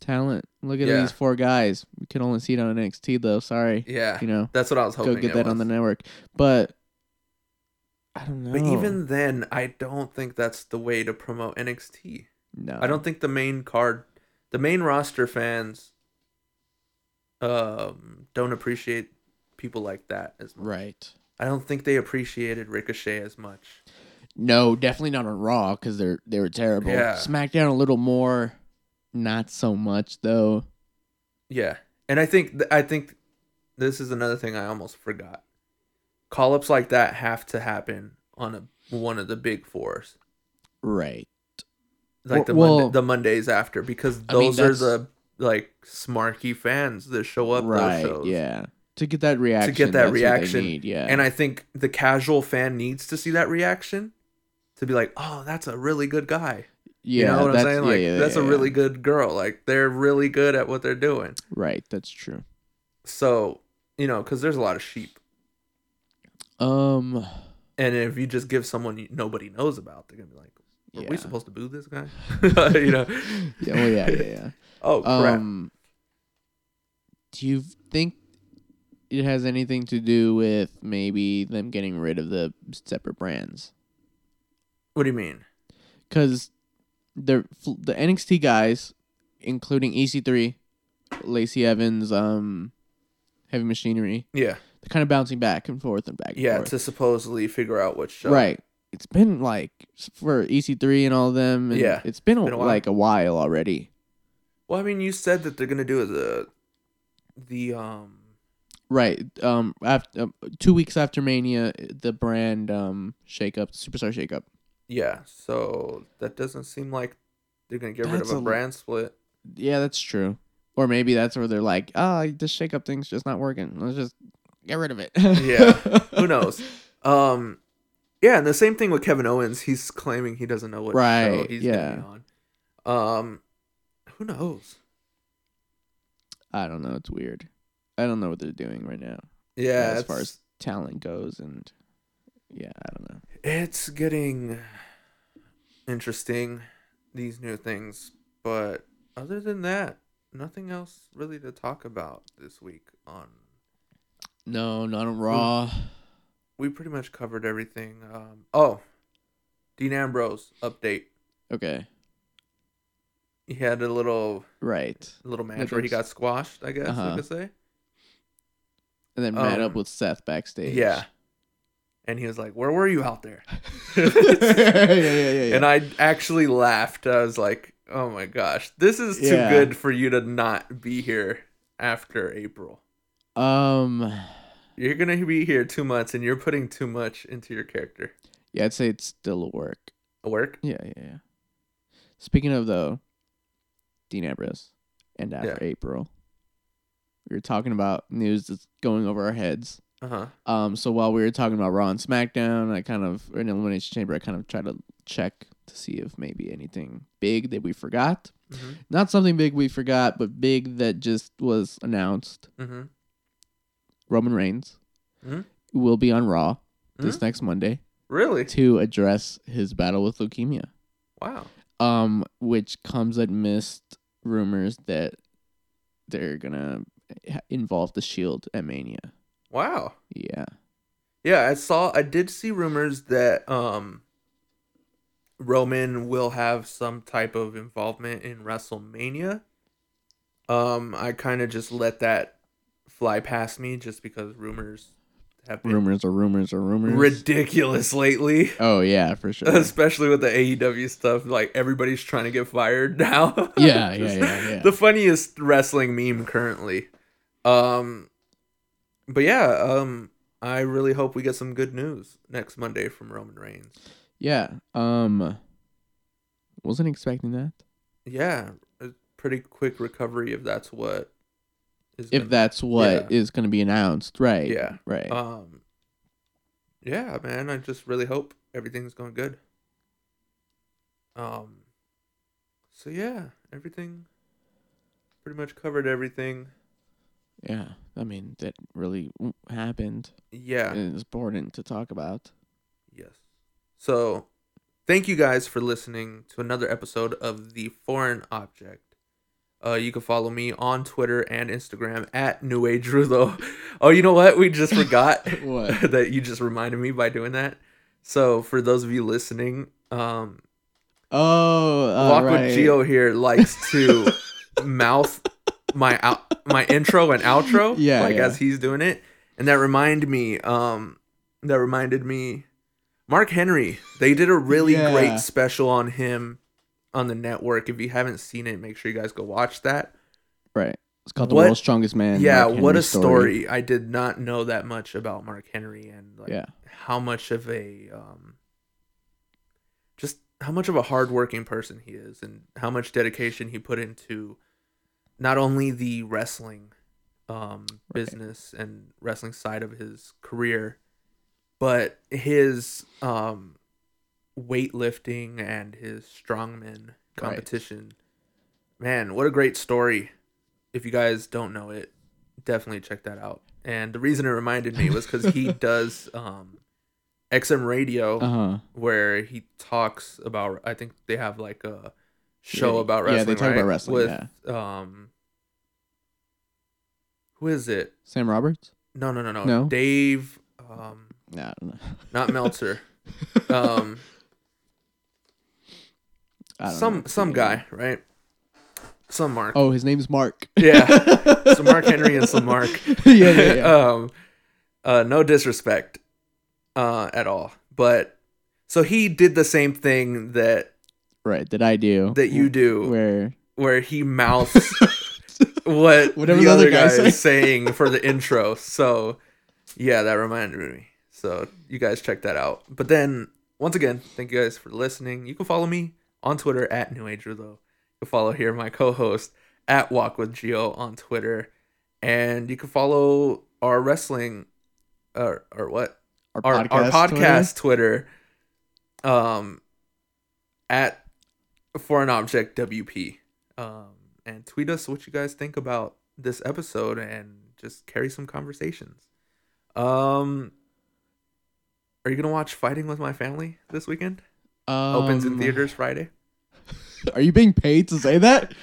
Speaker 2: talent. Look at
Speaker 1: Yeah.
Speaker 2: these four guys. We can only see it on NXT though. Sorry,
Speaker 1: Yeah,
Speaker 2: you know,
Speaker 1: that's what I was hoping.
Speaker 2: go get
Speaker 1: it
Speaker 2: that on the
Speaker 1: was.
Speaker 2: network. But I don't know.
Speaker 1: But even then, I don't think that's the way to promote NXT.
Speaker 2: no,
Speaker 1: I don't think the main card, the main roster fans, um, don't appreciate people like that as much.
Speaker 2: Right.
Speaker 1: I don't think they appreciated Ricochet as much.
Speaker 2: No, definitely not on Raw because they're they were terrible.
Speaker 1: Yeah.
Speaker 2: SmackDown a little more, not so much though.
Speaker 1: Yeah, and I think th- I think this is another thing I almost forgot. Call ups like that have to happen on a one of the big fours,
Speaker 2: Right.
Speaker 1: like the
Speaker 2: Well-
Speaker 1: Monday, the Mondays after, because
Speaker 2: I mean,
Speaker 1: those are the like smarky fans that show up those
Speaker 2: right.
Speaker 1: shows.
Speaker 2: Yeah. To get that reaction.
Speaker 1: that
Speaker 2: that's what they
Speaker 1: reaction,
Speaker 2: need, Yeah.
Speaker 1: and I think the casual fan needs to see that reaction to be like, "Oh, that's a really good guy."
Speaker 2: yeah,
Speaker 1: you know what I'm
Speaker 2: that's-
Speaker 1: saying?
Speaker 2: yeah,
Speaker 1: Like,
Speaker 2: yeah,
Speaker 1: that's
Speaker 2: yeah,
Speaker 1: a
Speaker 2: yeah.
Speaker 1: really good girl. Like, they're really good at what they're doing.
Speaker 2: right. That's true.
Speaker 1: So, you know, because there's a lot of sheep
Speaker 2: Um.
Speaker 1: And if you just give someone you- nobody knows about, they're gonna be like, "Were
Speaker 2: Yeah.
Speaker 1: we supposed to boo this guy?" you know?
Speaker 2: Yeah. Well, yeah. Yeah.
Speaker 1: Oh
Speaker 2: Yeah.
Speaker 1: crap!
Speaker 2: um. Do you think it has anything to do with maybe them getting rid of the separate brands?
Speaker 1: what do you mean?
Speaker 2: because the the NXT guys, including EC3, Lacey Evans, um, Heavy Machinery,
Speaker 1: Yeah,
Speaker 2: they're kind of bouncing back and forth and back. And
Speaker 1: yeah.
Speaker 2: forth.
Speaker 1: To supposedly figure out which show.
Speaker 2: right. It's been like for EC3 and all of them. And
Speaker 1: Yeah,
Speaker 2: it's been, a-
Speaker 1: been a while.
Speaker 2: like a while already.
Speaker 1: Well, I mean, you said that they're gonna do the, the um.
Speaker 2: Right. Um. After um, two weeks after Mania, the brand um shake up, superstar shake up.
Speaker 1: Yeah, so that doesn't seem like they're gonna get rid of
Speaker 2: That's
Speaker 1: a,
Speaker 2: a-
Speaker 1: brand split.
Speaker 2: Yeah, that's true. Or maybe that's where they're like, ah, this shake up thing's just not working. Let's just get rid of it.
Speaker 1: Yeah. Who knows? Um, yeah, and the same thing with Kevin Owens. He's claiming he doesn't know what show
Speaker 2: Right,
Speaker 1: he's gonna
Speaker 2: yeah.
Speaker 1: be on. Um, who knows?
Speaker 2: I don't know. It's weird. I don't know what they're doing right now,
Speaker 1: Yeah,
Speaker 2: as far
Speaker 1: it's-
Speaker 2: as talent goes, and yeah, I don't know.
Speaker 1: it's getting interesting these new things but other than that nothing else really to talk about this week on
Speaker 2: No, not on Raw.
Speaker 1: Hmm. we pretty much covered everything um oh dean ambrose update
Speaker 2: Okay.
Speaker 1: He had a little
Speaker 2: Right.
Speaker 1: little match
Speaker 2: Like
Speaker 1: where he
Speaker 2: those-
Speaker 1: got squashed. I guess I
Speaker 2: Uh-huh.
Speaker 1: could say.
Speaker 2: And then met up
Speaker 1: Um,
Speaker 2: with Seth backstage.
Speaker 1: Yeah. And he was like, "Where were you out there?"
Speaker 2: yeah, yeah, yeah, yeah.
Speaker 1: And I actually laughed. I was like, "Oh my gosh, this is too
Speaker 2: Yeah.
Speaker 1: good for you to not be here after April.
Speaker 2: um
Speaker 1: You're gonna be here two months, and you're putting too much into your character."
Speaker 2: yeah, I'd say it's still a work.
Speaker 1: Work.
Speaker 2: Yeah, yeah, yeah. Speaking of though, Dean Ambrose and after
Speaker 1: Yeah.
Speaker 2: April, we were talking about news that's going over our heads.
Speaker 1: Uh huh.
Speaker 2: Um, so while we were talking about Raw and SmackDown, I kind of or in Elimination Chamber, I kind of tried to check to see if maybe anything big that we forgot.
Speaker 1: Mm-hmm.
Speaker 2: Not something big we forgot, but big that just was announced.
Speaker 1: Mm-hmm.
Speaker 2: Roman Reigns
Speaker 1: Mhm.
Speaker 2: will be on Raw this
Speaker 1: Mm-hmm.
Speaker 2: next Monday
Speaker 1: Really?
Speaker 2: to address his battle with leukemia.
Speaker 1: Wow.
Speaker 2: um, which comes amidst rumors that they're gonna ha- involve the Shield at Mania.
Speaker 1: Wow.
Speaker 2: Yeah,
Speaker 1: Yeah, I saw. I did see rumors that um, Roman will have some type of involvement in WrestleMania. Um, I kind of just let that fly past me just because rumors have been
Speaker 2: rumors or rumors or rumors.
Speaker 1: ridiculous lately.
Speaker 2: oh yeah, for sure.
Speaker 1: Especially with the AEW stuff, like everybody's trying to get fired now.
Speaker 2: Yeah, yeah, yeah, yeah.
Speaker 1: The funniest wrestling meme currently. Um, but yeah, um, I really hope we get some good news next Monday from Roman Reigns.
Speaker 2: yeah. Um, wasn't expecting that.
Speaker 1: Yeah, a pretty quick recovery if that's what is.
Speaker 2: If
Speaker 1: gonna-
Speaker 2: that's what is
Speaker 1: Yeah.
Speaker 2: going to be announced, right?
Speaker 1: Yeah.
Speaker 2: right.
Speaker 1: um, yeah, man, I just really hope everything's going good. Um, so yeah, everything pretty much covered everything.
Speaker 2: yeah, I mean that really happened.
Speaker 1: Yeah.
Speaker 2: and It's important to talk about.
Speaker 1: Yes. So, thank you guys for listening to another episode of The Foreign Object. Uh, you can follow me on Twitter and Instagram at New Age Rulo. Oh, you know what? We just forgot
Speaker 2: What?
Speaker 1: that you just reminded me by doing that. So, for those of you listening, um,
Speaker 2: Oh, uh,
Speaker 1: Walk
Speaker 2: right.
Speaker 1: with Geo here likes to mouth my out my intro and outro.
Speaker 2: Yeah,
Speaker 1: Like
Speaker 2: yeah.
Speaker 1: as he's doing it. And that remind me, um that reminded me Mark Henry. They did a really
Speaker 2: Yeah.
Speaker 1: great special on him on the network. If you haven't seen it, make sure you guys go watch that.
Speaker 2: Right. It's called the
Speaker 1: What-
Speaker 2: world's strongest man.
Speaker 1: yeah,
Speaker 2: Mark
Speaker 1: what a
Speaker 2: Henry's
Speaker 1: story. I did not know that much about Mark Henry and like
Speaker 2: Yeah.
Speaker 1: how much of a um just how much of a hardworking person he is and how much dedication he put into not only the wrestling um business and wrestling side of his career but his um weightlifting and his strongman competition man what a great story if you guys don't know it definitely check that out and the reason it reminded me was because he does um xm radio
Speaker 2: Uh huh.
Speaker 1: where he talks about i think they have like a show
Speaker 2: Yeah,
Speaker 1: about
Speaker 2: yeah,
Speaker 1: wrestling
Speaker 2: they talk
Speaker 1: right?
Speaker 2: about wrestling,
Speaker 1: with um who is it
Speaker 2: Sam Roberts?
Speaker 1: no no no no,
Speaker 2: No?
Speaker 1: dave um
Speaker 2: No, I don't know.
Speaker 1: not meltzer um
Speaker 2: I don't
Speaker 1: some
Speaker 2: know.
Speaker 1: some guy right some mark
Speaker 2: Oh, his name's Mark.
Speaker 1: yeah some mark henry and some mark
Speaker 2: yeah, yeah, yeah.
Speaker 1: um, uh, no disrespect uh, at all. But so he did the same thing that
Speaker 2: right. That I do.
Speaker 1: that you do, where,
Speaker 2: Where?
Speaker 1: he mouths what
Speaker 2: Whatever
Speaker 1: the other guy is saying for the intro. So yeah, that reminded me. So you guys check that out. But then once again, thank you guys for listening. You can follow me on Twitter at New Age Rulo. You can follow here my co-host at Walk with Geo on Twitter, and you can follow our wrestling, or or what
Speaker 2: Our,
Speaker 1: our
Speaker 2: podcast.
Speaker 1: our podcast Twitter, um, at Foreign Object WP, um, and tweet us what you guys think about this episode and just carry some conversations. Um, are you gonna watch Fighting with My Family this weekend?
Speaker 2: Twitter?
Speaker 1: Opens in
Speaker 2: Um,
Speaker 1: theaters Friday.
Speaker 2: Are you being paid to say that?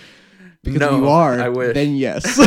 Speaker 2: Because
Speaker 1: No,
Speaker 2: if you are,
Speaker 1: I wish.
Speaker 2: then yes.